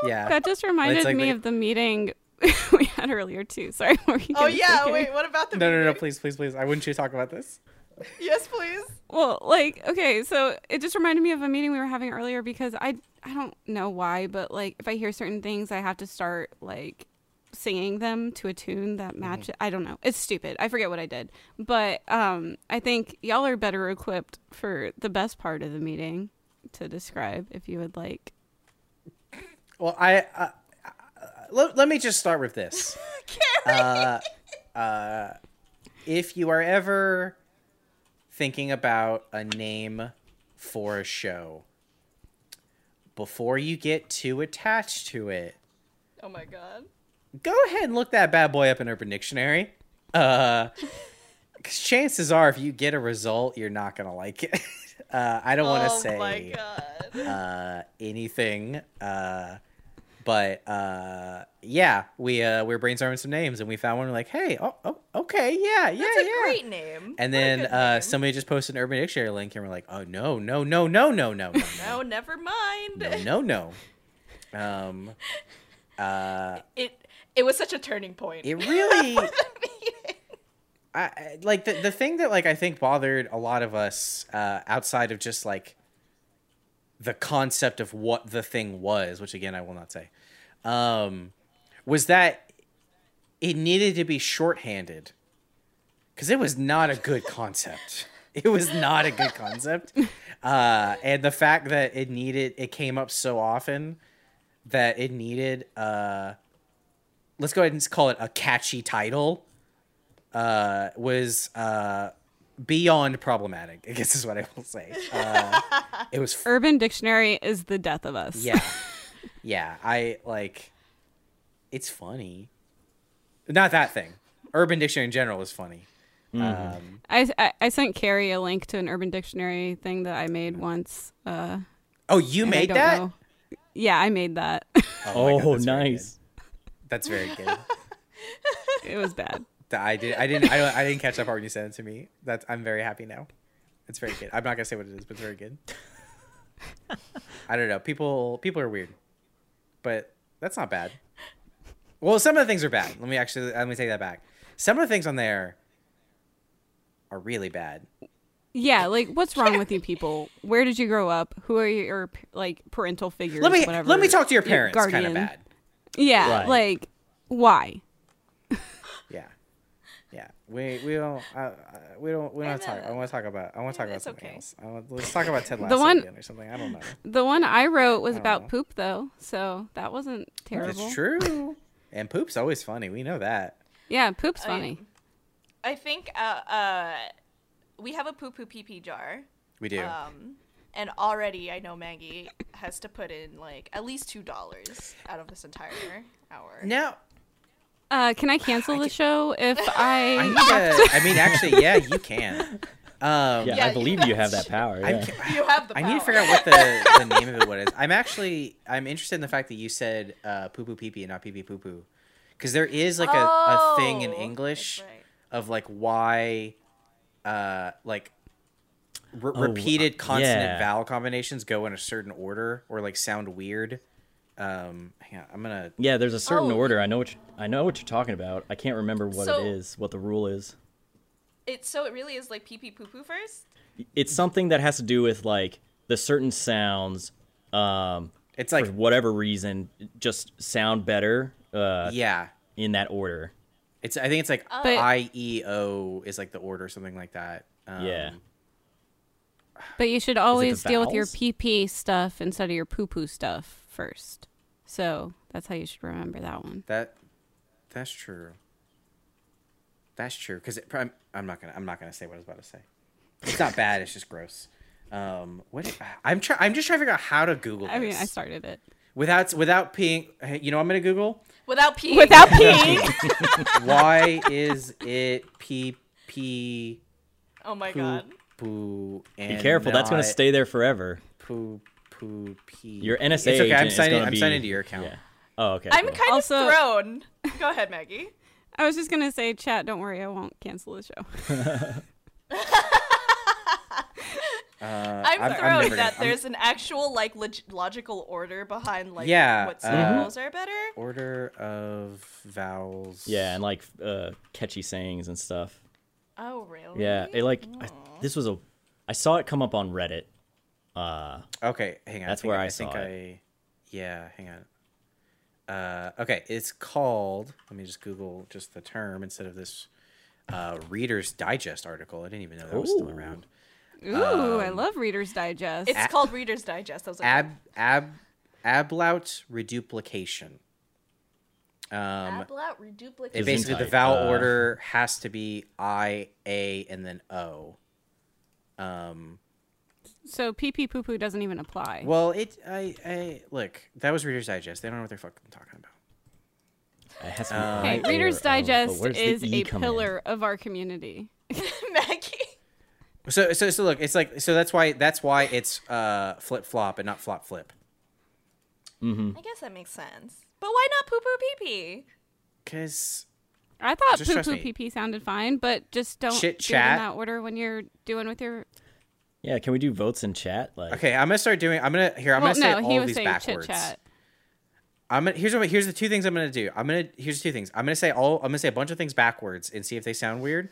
Speaker 2: yeah.
Speaker 4: That just reminded
Speaker 2: like
Speaker 4: me
Speaker 2: they-
Speaker 4: of the meeting we had earlier too. Sorry. what were you
Speaker 3: Oh
Speaker 4: gonna say,
Speaker 3: yeah.
Speaker 4: Kenny?
Speaker 3: Wait. What about the?
Speaker 2: no, no, no! Please, please, please! I want you to talk about this.
Speaker 3: Yes, please.
Speaker 4: Well, like okay, so it just reminded me of a meeting we were having earlier because I I don't know why, but like if I hear certain things, I have to start like singing them to a tune that matches. I don't know. It's stupid. I forget what I did, but um, I think y'all are better equipped for the best part of the meeting to describe if you would like.
Speaker 2: Well, I, I, I let, let me just start with this. Uh, uh, if you are ever thinking about a name for a show, before you get too attached to it,
Speaker 3: Oh my god.
Speaker 2: go ahead and look that bad boy up in Urban Dictionary. Uh, 'cause chances are, if you get a result, you're not gonna like it. Uh, I don't want to
Speaker 3: oh
Speaker 2: say
Speaker 3: my god.
Speaker 2: uh, anything. Uh, but uh, yeah, we uh, we were brainstorming some names and we found one. We're like, hey, oh, oh okay, yeah, yeah,
Speaker 3: That's a
Speaker 2: yeah.
Speaker 3: great name.
Speaker 2: and
Speaker 3: What a
Speaker 2: then
Speaker 3: good
Speaker 2: uh,
Speaker 3: name.
Speaker 2: somebody just posted an Urban Dictionary link, and we're like, oh no, no, no, no, no, no, no,
Speaker 3: No, never mind.
Speaker 2: no, no, no. Um, uh,
Speaker 3: It it was such a turning point.
Speaker 2: it really I, I- like the the thing that like I think bothered a lot of us uh, outside of just like the concept of what the thing was, which again I will not say, um, was that it needed to be shorthanded because it was not a good concept. it was not a good concept, uh, and the fact that it needed it came up so often that it needed uh, let's go ahead and call it a catchy title uh, was uh, beyond problematic. I guess is what I will say. Uh, it was f-
Speaker 4: Urban Dictionary is the death of us.
Speaker 2: yeah, yeah. I like. It's funny. Not that thing. Urban Dictionary in general is funny. Um,
Speaker 4: I, I, I sent Carrie a link to an Urban Dictionary thing that I made once. Uh,
Speaker 2: oh, you
Speaker 4: and I
Speaker 2: made
Speaker 4: don't
Speaker 2: that?
Speaker 4: know- Yeah, I made that.
Speaker 2: my
Speaker 5: Oh,
Speaker 2: God, that's very Um,
Speaker 5: nice.
Speaker 2: good. That's very good.
Speaker 4: it was bad.
Speaker 2: That I did. I didn't. I, don't- I didn't catch that part when you sent it to me. That's. I'm very happy now. It's very good. I'm not gonna say what it is, but it's very good. I don't know. People. People are weird, but that's not bad. Well, some of the things are bad. Let me actually. Let me take that back. Some of the things on there are really bad.
Speaker 4: Yeah, like what's wrong with you people? Where did you grow up? Who are your like parental figures?
Speaker 2: Let me.
Speaker 4: whatever,
Speaker 2: let me talk to your
Speaker 4: your
Speaker 2: parents. Kind of
Speaker 4: guardian.
Speaker 2: bad.
Speaker 4: Yeah,
Speaker 5: Right.
Speaker 4: like why?
Speaker 2: Yeah. Yeah. We we don't I, I, we don't we don't
Speaker 3: I
Speaker 2: talk. I
Speaker 3: know.
Speaker 2: want to talk about I want to talk about
Speaker 3: it's
Speaker 2: something
Speaker 3: okay.
Speaker 2: else. I want, let's talk about Ted Lasso
Speaker 6: one-
Speaker 2: again or something. I don't know.
Speaker 6: The one I wrote was
Speaker 2: I don't
Speaker 6: about
Speaker 2: know.
Speaker 6: poop, though, so that wasn't terrible.
Speaker 2: It's Oh. true. And poop's always funny. We know that.
Speaker 6: Yeah, poop's funny.
Speaker 3: I think uh, uh, we have a poo poo pee pee jar,
Speaker 2: We do.
Speaker 3: um, and already I know Maggie has to put in like at least two dollars out of this entire hour.
Speaker 2: now
Speaker 6: Uh, can I cancel the show if
Speaker 2: I need
Speaker 6: I?
Speaker 2: to, I mean, actually, yeah, you can. Um,
Speaker 5: Yeah,
Speaker 3: Yeah,
Speaker 5: I
Speaker 3: you
Speaker 5: believe you have that power.
Speaker 2: I'm
Speaker 5: Yeah.
Speaker 2: ca-
Speaker 3: You have the.
Speaker 2: I need to
Speaker 3: power.
Speaker 2: figure out what the, the name of it what is. I'm actually I'm interested in the fact that you said uh, poo poo pee pee and not pee pee poo poo, because there is like a, a thing in
Speaker 3: Oh, that's
Speaker 2: English
Speaker 3: right.
Speaker 2: of like why, uh, like re- repeated consonant
Speaker 5: Oh, uh, yeah.
Speaker 2: vowel combinations go in a certain order or like sound weird. Um, hang on, I'm gonna
Speaker 5: Yeah, there's a certain
Speaker 3: Oh.
Speaker 5: order. I know what you, I know what you're talking about. I can't remember what
Speaker 3: So-
Speaker 5: it is, what the rule is.
Speaker 3: It so it really is like pee pee poo poo first.
Speaker 5: It's something that has to do with like the certain sounds, um,
Speaker 2: It's like
Speaker 5: for whatever reason, just sound better uh,
Speaker 2: yeah.
Speaker 5: in that order.
Speaker 2: It's I think it's like
Speaker 6: But-
Speaker 2: I E O is like the order or something like that. Um,
Speaker 5: yeah,
Speaker 6: But you should always deal with your
Speaker 5: vowels?
Speaker 6: pee pee stuff instead of your poo poo stuff first. So that's how you should remember that one.
Speaker 2: That that's true. That's true because I'm, I'm not gonna I'm not gonna say what I was about to say. It's not bad. It's just gross. Um, what I'm trying I'm just trying to figure out how to Google. This.
Speaker 6: I mean, I started it.
Speaker 2: without without peeing. hey, You know, what I'm gonna Google
Speaker 3: Without pee.
Speaker 6: Without pee.
Speaker 2: why is it pee pee
Speaker 3: Oh my
Speaker 2: poo
Speaker 3: god.
Speaker 2: poo
Speaker 5: be
Speaker 2: and
Speaker 5: careful. That's gonna
Speaker 2: not
Speaker 5: stay there forever.
Speaker 2: poo poo pee.
Speaker 5: Your NSA
Speaker 2: It's okay.
Speaker 5: agent
Speaker 2: I'm
Speaker 5: is
Speaker 2: signing.
Speaker 5: gonna
Speaker 2: I'm
Speaker 5: be-
Speaker 2: signing to your account.
Speaker 5: Yeah. Oh, okay.
Speaker 3: I'm
Speaker 5: cool.
Speaker 3: kind
Speaker 6: Also-
Speaker 3: of thrown. Go ahead, Maggie.
Speaker 6: I was just gonna say, chat. Don't worry, I won't cancel the show.
Speaker 2: Uh,
Speaker 3: I'm, thrown
Speaker 2: never
Speaker 3: that
Speaker 2: gonna- I'm-
Speaker 3: there's an actual like log- logical order behind like
Speaker 2: Yeah,
Speaker 3: what
Speaker 2: uh,
Speaker 3: syllables are better.
Speaker 2: order of vowels.
Speaker 5: Yeah, and like uh, catchy sayings and stuff.
Speaker 3: Oh really?
Speaker 5: Yeah, it like I, this was a. I saw it come up on Reddit. Uh,
Speaker 2: Okay, hang on. I
Speaker 5: That's
Speaker 2: think,
Speaker 5: where I
Speaker 2: I think
Speaker 5: saw it.
Speaker 2: I Yeah, hang on. Uh, okay, it's called. Let me just Google just the term instead of this uh, Reader's Digest article. I didn't even know that was still
Speaker 5: Ooh.
Speaker 2: around.
Speaker 6: Ooh, I love Reader's Digest.
Speaker 3: It's called Reader's Digest. I was like,
Speaker 2: Ab ab ablaut reduplication. Um,
Speaker 3: Ablout reduplicate.
Speaker 2: it basically the
Speaker 5: Gesundheit,
Speaker 2: vowel
Speaker 5: uh,
Speaker 2: order has to be I A and then O. Um,
Speaker 6: so pee pee poo poo doesn't even apply.
Speaker 2: Well, it I I look that was Reader's Digest. They don't know what they're fucking talking about.
Speaker 5: I had some
Speaker 6: okay,
Speaker 5: idea
Speaker 4: Oh,
Speaker 6: Reader's
Speaker 5: of- but
Speaker 6: Digest
Speaker 5: where's the
Speaker 6: is
Speaker 5: E
Speaker 6: a
Speaker 5: come in?
Speaker 6: pillar of our community.
Speaker 3: Maggie.
Speaker 2: So so so look, it's like so that's why that's why it's uh flip flop and not flop flip.
Speaker 3: I guess that makes sense. But why not poo poo pee pee?
Speaker 2: Cause
Speaker 6: I thought
Speaker 2: Just
Speaker 6: poo
Speaker 2: trust
Speaker 6: poo
Speaker 2: me.
Speaker 6: pee pee sounded fine, but just don't
Speaker 2: Chit
Speaker 6: do it in
Speaker 2: chat.
Speaker 6: that order when you're doing with your.
Speaker 5: Yeah, can we do votes in chat? Like,
Speaker 2: okay, I'm gonna start doing. I'm gonna here. I'm
Speaker 6: well,
Speaker 2: gonna say
Speaker 6: no, he
Speaker 2: all
Speaker 6: was
Speaker 2: these
Speaker 6: saying chit
Speaker 2: backwards.
Speaker 6: chat.
Speaker 2: I'm gonna, here's what here's the two things I'm gonna do. I'm gonna here's the two things. I'm gonna say all. I'm gonna say a bunch of things backwards and see if they sound weird.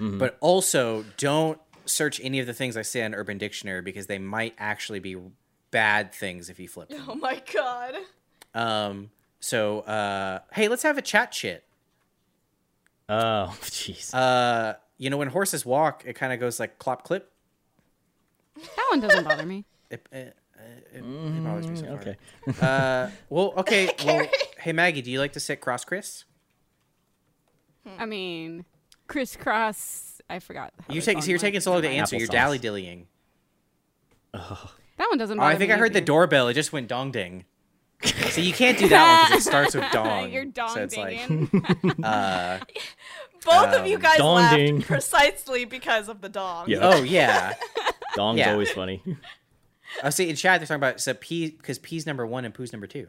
Speaker 2: But also, don't search any of the things I say on Urban Dictionary because they might actually be bad things if you flip them.
Speaker 3: Oh my god.
Speaker 2: Um. So, uh, hey, let's have a chat shit.
Speaker 5: Oh, jeez.
Speaker 2: Uh, you know, when horses walk, it kind of goes like clop clip.
Speaker 6: That one doesn't bother me.
Speaker 2: It, it, it, it bothers me so far.
Speaker 5: okay.
Speaker 2: Uh, well, okay. well, hey, Maggie, do you like to sit cross, Chris?
Speaker 6: I mean, crisscross. I forgot. how
Speaker 2: You
Speaker 6: it's
Speaker 2: take.
Speaker 6: on
Speaker 2: So you're
Speaker 6: my-
Speaker 2: taking so long to answer. You're
Speaker 5: Applesauce.
Speaker 2: dally dillying.
Speaker 6: That one doesn't.
Speaker 2: Oh,
Speaker 6: Bother
Speaker 2: I think
Speaker 6: me
Speaker 2: I heard the
Speaker 6: either.
Speaker 2: doorbell. It just went dong ding. so you can't do that one because it starts with
Speaker 4: Uh,
Speaker 2: dong.
Speaker 6: You're dong
Speaker 2: so it's like,
Speaker 6: dinging.
Speaker 2: uh,
Speaker 3: Both of you guys
Speaker 5: dong
Speaker 3: laughed
Speaker 5: ding.
Speaker 3: precisely because of the dong.
Speaker 5: Yeah.
Speaker 2: oh yeah.
Speaker 5: Dong's
Speaker 2: yeah.
Speaker 5: always funny.
Speaker 2: Oh, see, in chat they're talking about so p because p's number one and poo's number 2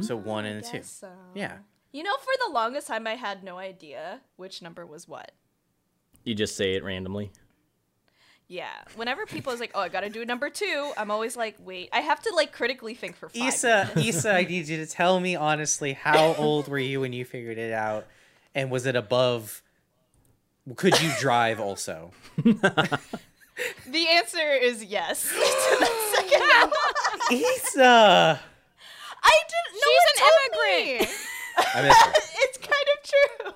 Speaker 2: So one and a two.
Speaker 3: Oh, guess so.
Speaker 2: Yeah.
Speaker 3: You know, for the longest time, I had no idea which number was what.
Speaker 5: you just say it randomly.
Speaker 3: Yeah. Whenever people is like, "Oh, I gotta do number two, I'm always like, "Wait, I have to like critically think for five
Speaker 2: Issa, Issa, I need you to tell me honestly, how old were you when you figured it out, and was it above? Could you drive also?
Speaker 3: minutes." The answer is yes. to that second one.
Speaker 2: Issa,
Speaker 3: I didn't. No
Speaker 6: She's
Speaker 3: one
Speaker 6: an
Speaker 3: told me.
Speaker 2: I missed her.
Speaker 3: it's kind of true.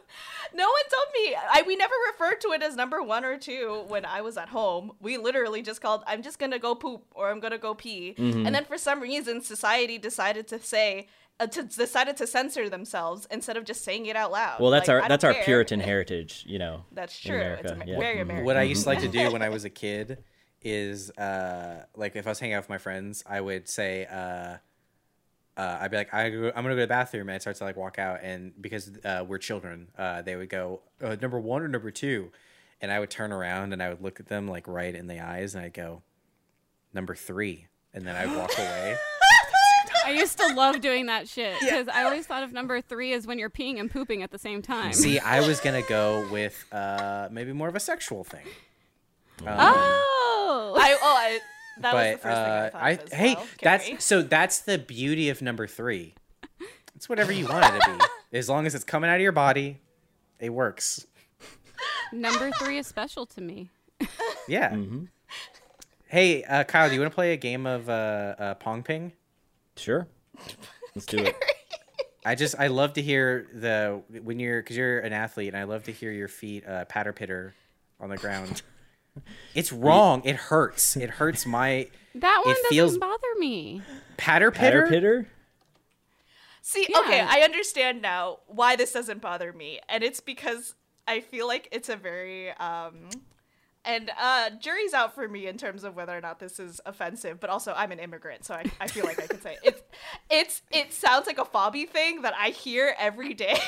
Speaker 3: No one told me. I we never referred to it as number one or two when I was at home. We literally just called. I'm just gonna go poop or I'm gonna go pee.
Speaker 5: Mm-hmm.
Speaker 3: And then for some reason, society decided to say. Uh, to, decided to censor themselves instead of just saying it out loud.
Speaker 5: Well, that's
Speaker 3: Like, I
Speaker 5: our
Speaker 3: don't
Speaker 5: that's our
Speaker 3: care.
Speaker 5: Puritan heritage, you know.
Speaker 3: That's
Speaker 5: in
Speaker 3: true. it's Amer-
Speaker 5: yeah.
Speaker 3: very
Speaker 5: Mhm.
Speaker 3: American.
Speaker 2: Mm-hmm. What I used to like to do when I was a kid is uh like if I was hanging out with my friends, I would say uh uh, I'd be like, I, am gonna go to the bathroom, and I start to like walk out, and because uh, we're children, uh, they would go uh, number one or number two, and I would turn around and I would look at them like right in the eyes, and I'd go number three, and then I'd walk away.
Speaker 4: I used to love doing that shit because I always thought of number three as when you're peeing and pooping at the same time.
Speaker 2: See, I was gonna go with uh, maybe more of a sexual thing.
Speaker 4: Oh,
Speaker 3: I oh I, that was the
Speaker 2: but
Speaker 3: first
Speaker 2: uh,
Speaker 3: thing I
Speaker 2: I,
Speaker 3: thought. of as
Speaker 2: hey,
Speaker 3: well, Carrie.
Speaker 2: that's so that's the beauty of number three. It's whatever you want it to be, as long as it's coming out of your body, it works.
Speaker 4: number three is special to me.
Speaker 2: Yeah. Hey, uh, Kyle, do you want to play a game of uh, uh, pong ping?
Speaker 5: Sure. Let's do it.
Speaker 2: I just I love to hear the when you're because you're an athlete, and I love to hear your feet uh, patter pitter on the ground. it's wrong. It hurts. It hurts my
Speaker 4: That one doesn't
Speaker 2: feels-
Speaker 4: bother me.
Speaker 2: patter
Speaker 5: Pitter
Speaker 2: pitter.
Speaker 5: pitter?
Speaker 3: See,
Speaker 4: Yeah.
Speaker 3: okay, I understand now why this doesn't bother me, and it's because I feel like it's a very um, and uh, jury's out for me in terms of whether or not this is offensive. But also, I'm an immigrant, so I, I feel like I could say it's it's it sounds like a fobby thing that I hear every day.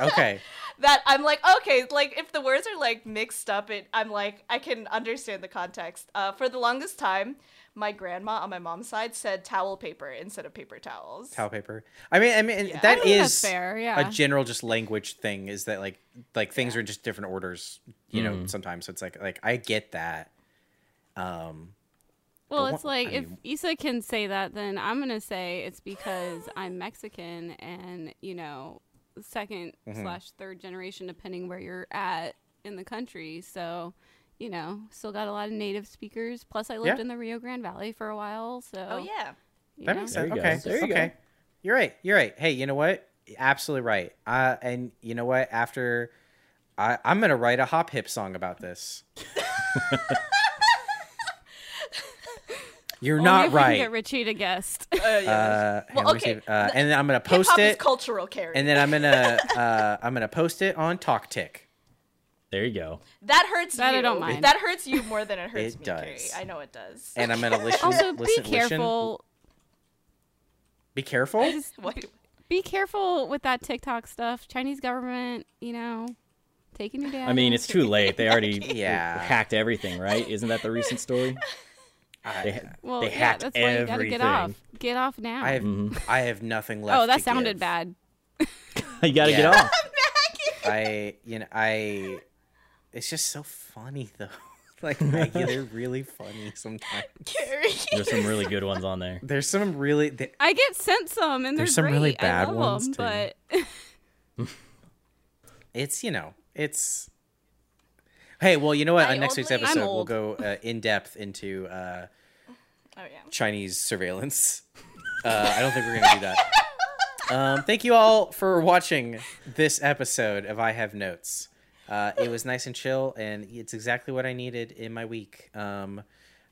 Speaker 2: Okay.
Speaker 3: that I'm like, okay, like if the words are like mixed up, it I'm like I can understand the context. Uh, for the longest time, my grandma on my mom's side said towel paper instead of paper towels.
Speaker 2: towel paper. I mean, I mean
Speaker 3: Yeah.
Speaker 2: that
Speaker 4: I think
Speaker 2: is
Speaker 4: that's fair, yeah.
Speaker 2: a general just language thing. Is that like like things are in just different orders, you
Speaker 5: Mm-hmm.
Speaker 2: know? Sometimes so it's like like I get that. Um,
Speaker 4: Well,
Speaker 2: But
Speaker 4: it's
Speaker 2: what-
Speaker 4: like
Speaker 2: I
Speaker 4: if
Speaker 2: mean-
Speaker 4: Issa can say that, then I'm gonna say it's because I'm Mexican and you know 2nd
Speaker 2: Mm-hmm.
Speaker 4: slash third generation, depending where you're at in the country. So, you know, still got a lot of native speakers. Plus, I lived
Speaker 2: Yeah.
Speaker 4: in the Rio Grande Valley for a while, so
Speaker 3: Oh yeah.
Speaker 4: you
Speaker 2: that
Speaker 4: know.
Speaker 2: makes
Speaker 5: There
Speaker 2: sense.
Speaker 5: you go.
Speaker 2: okay,
Speaker 5: There you go.
Speaker 2: okay. You're right. You're right. Hey, you know what? Absolutely right. Uh, and you know what? After I, I'm gonna write a hop hip song about this. You're
Speaker 4: Only
Speaker 2: not
Speaker 4: if we can
Speaker 2: right.
Speaker 4: Get Richie to guest.
Speaker 3: Uh, yeah.
Speaker 2: uh, here,
Speaker 3: Well,
Speaker 2: let me see
Speaker 3: okay.
Speaker 2: if- uh, and then I'm gonna
Speaker 3: Hip
Speaker 2: post
Speaker 3: hop is
Speaker 2: it,
Speaker 3: cultural, Carrie.
Speaker 2: and then I'm gonna uh, I'm gonna post it on TalkTick.
Speaker 5: There you go.
Speaker 3: that hurts
Speaker 4: That I
Speaker 3: you.
Speaker 4: don't mind.
Speaker 3: That hurts you more than it hurts
Speaker 2: It
Speaker 3: me,
Speaker 2: does.
Speaker 3: Carrie. I know it does.
Speaker 2: and I'm gonna listen.
Speaker 4: also,
Speaker 2: listen,
Speaker 4: Oh, be
Speaker 2: listen.
Speaker 4: careful.
Speaker 2: Be careful.
Speaker 3: What do-
Speaker 4: Be careful with that TikTok stuff. Chinese government, you know, taking your dad.
Speaker 5: I mean, it's too late. They already
Speaker 2: Yeah.
Speaker 5: hacked everything, right? Isn't that the recent story? They,
Speaker 4: well,
Speaker 5: they
Speaker 4: yeah,
Speaker 5: hacked
Speaker 4: that's why you gotta
Speaker 5: everything.
Speaker 4: get off. Get off now.
Speaker 2: I have I have nothing left.
Speaker 4: oh, that
Speaker 2: to
Speaker 4: sounded
Speaker 2: give.
Speaker 4: bad.
Speaker 5: you gotta get
Speaker 2: Yeah.
Speaker 5: off.
Speaker 2: I you know I. It's just so funny though. Like I- yeah, they're really funny sometimes.
Speaker 3: Carrie.
Speaker 5: There's some really good ones on there.
Speaker 2: There's some really they,
Speaker 4: I get sent some, and they're
Speaker 2: There's some really
Speaker 4: great.
Speaker 2: bad
Speaker 4: I love
Speaker 2: ones,
Speaker 4: 'em,
Speaker 2: too.
Speaker 4: But
Speaker 2: it's you know it's. Hey, well, you know what?
Speaker 3: I
Speaker 2: On next week's
Speaker 3: only- I'm
Speaker 2: episode, we'll
Speaker 4: old.
Speaker 2: go uh, in depth into uh,
Speaker 3: Oh yeah.
Speaker 2: Chinese surveillance. Uh, I don't think we're gonna do that. Um, thank you all for watching this episode of I Have Notes. Uh, it was nice and chill, and it's exactly what I needed in my week. Um,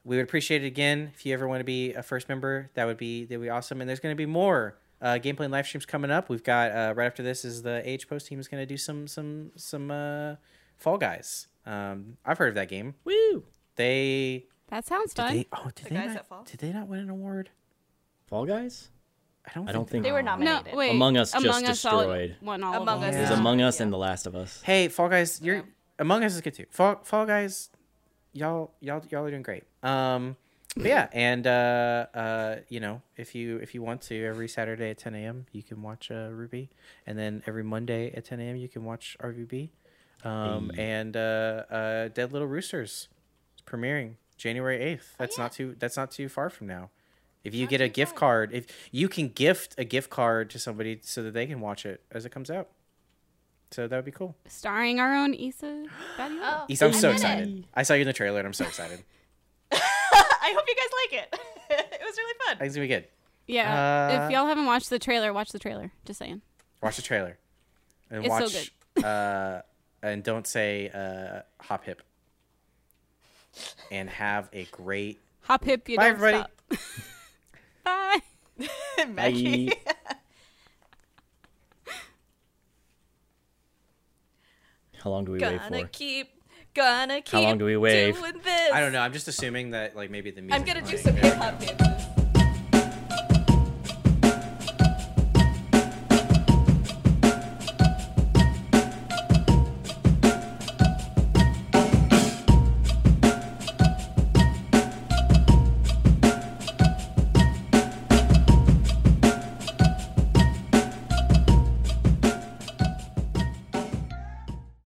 Speaker 2: we would appreciate it again if you ever want to be a first member. That would be that would be awesome. And there's going to be more uh, gameplay and live streams coming up. We've got uh, right after this is the Age Post team is going to do some some some uh, Fall Guys. Um, I've heard of that game.
Speaker 5: Woo!
Speaker 2: They
Speaker 4: that sounds fun.
Speaker 2: they oh did
Speaker 3: The
Speaker 2: they
Speaker 3: guys
Speaker 2: not,
Speaker 3: that fall?
Speaker 2: did they not win an award?
Speaker 5: Fall Guys?
Speaker 2: I don't
Speaker 5: I don't think
Speaker 3: They were
Speaker 5: not.
Speaker 3: nominated.
Speaker 4: no, wait.
Speaker 5: Among Us just
Speaker 4: Among Us all-
Speaker 5: destroyed.
Speaker 4: One all
Speaker 3: Among
Speaker 4: of
Speaker 3: Us
Speaker 5: There's
Speaker 2: Yeah.
Speaker 3: is-
Speaker 5: Among Us
Speaker 3: yeah.
Speaker 5: and The Last of Us.
Speaker 2: Hey, Fall Guys, you're Among Us is good too. Fall Fall Guys, y'all y'all y'all are doing great. Um, but yeah, and uh, uh, you know, if you if you want to, every Saturday at 10 a.m. you can watch uh, Ruby, and then every Monday at 10 a.m. you can watch RVB, um, and uh, uh, Dead Little Roosters, it's premiering January 8th. That's not too that's not too far from now. If you get a gift card, if you can gift a gift card to somebody so that they can watch it as it comes out, so that would be cool.
Speaker 4: starring our own Issa. Badiola.
Speaker 3: Oh,
Speaker 2: Issa, I'm
Speaker 3: I
Speaker 2: so
Speaker 3: did it.
Speaker 2: excited. I saw you in the trailer and I'm so excited.
Speaker 3: I hope you guys like it. it was really
Speaker 2: I think
Speaker 3: fun.
Speaker 2: it's gonna be good.
Speaker 4: Yeah.
Speaker 2: Uh,
Speaker 4: if y'all haven't watched the trailer, watch the trailer. Just saying.
Speaker 2: Watch the trailer. and
Speaker 6: It's so
Speaker 2: watch. uh, and don't say uh, hop hip. And have a great
Speaker 6: Hop hip, you
Speaker 2: Bye,
Speaker 6: don't
Speaker 2: everybody.
Speaker 6: stop. Bye.
Speaker 3: Maggie.
Speaker 5: Bye. How long do we wait
Speaker 3: gonna
Speaker 5: for?
Speaker 3: keep, gonna keep.
Speaker 5: How long do we wave?
Speaker 3: Doing this.
Speaker 2: I don't know. I'm just assuming that like maybe the music.
Speaker 3: I'm gonna do
Speaker 2: playing
Speaker 3: some
Speaker 2: there.
Speaker 3: hip hop dances.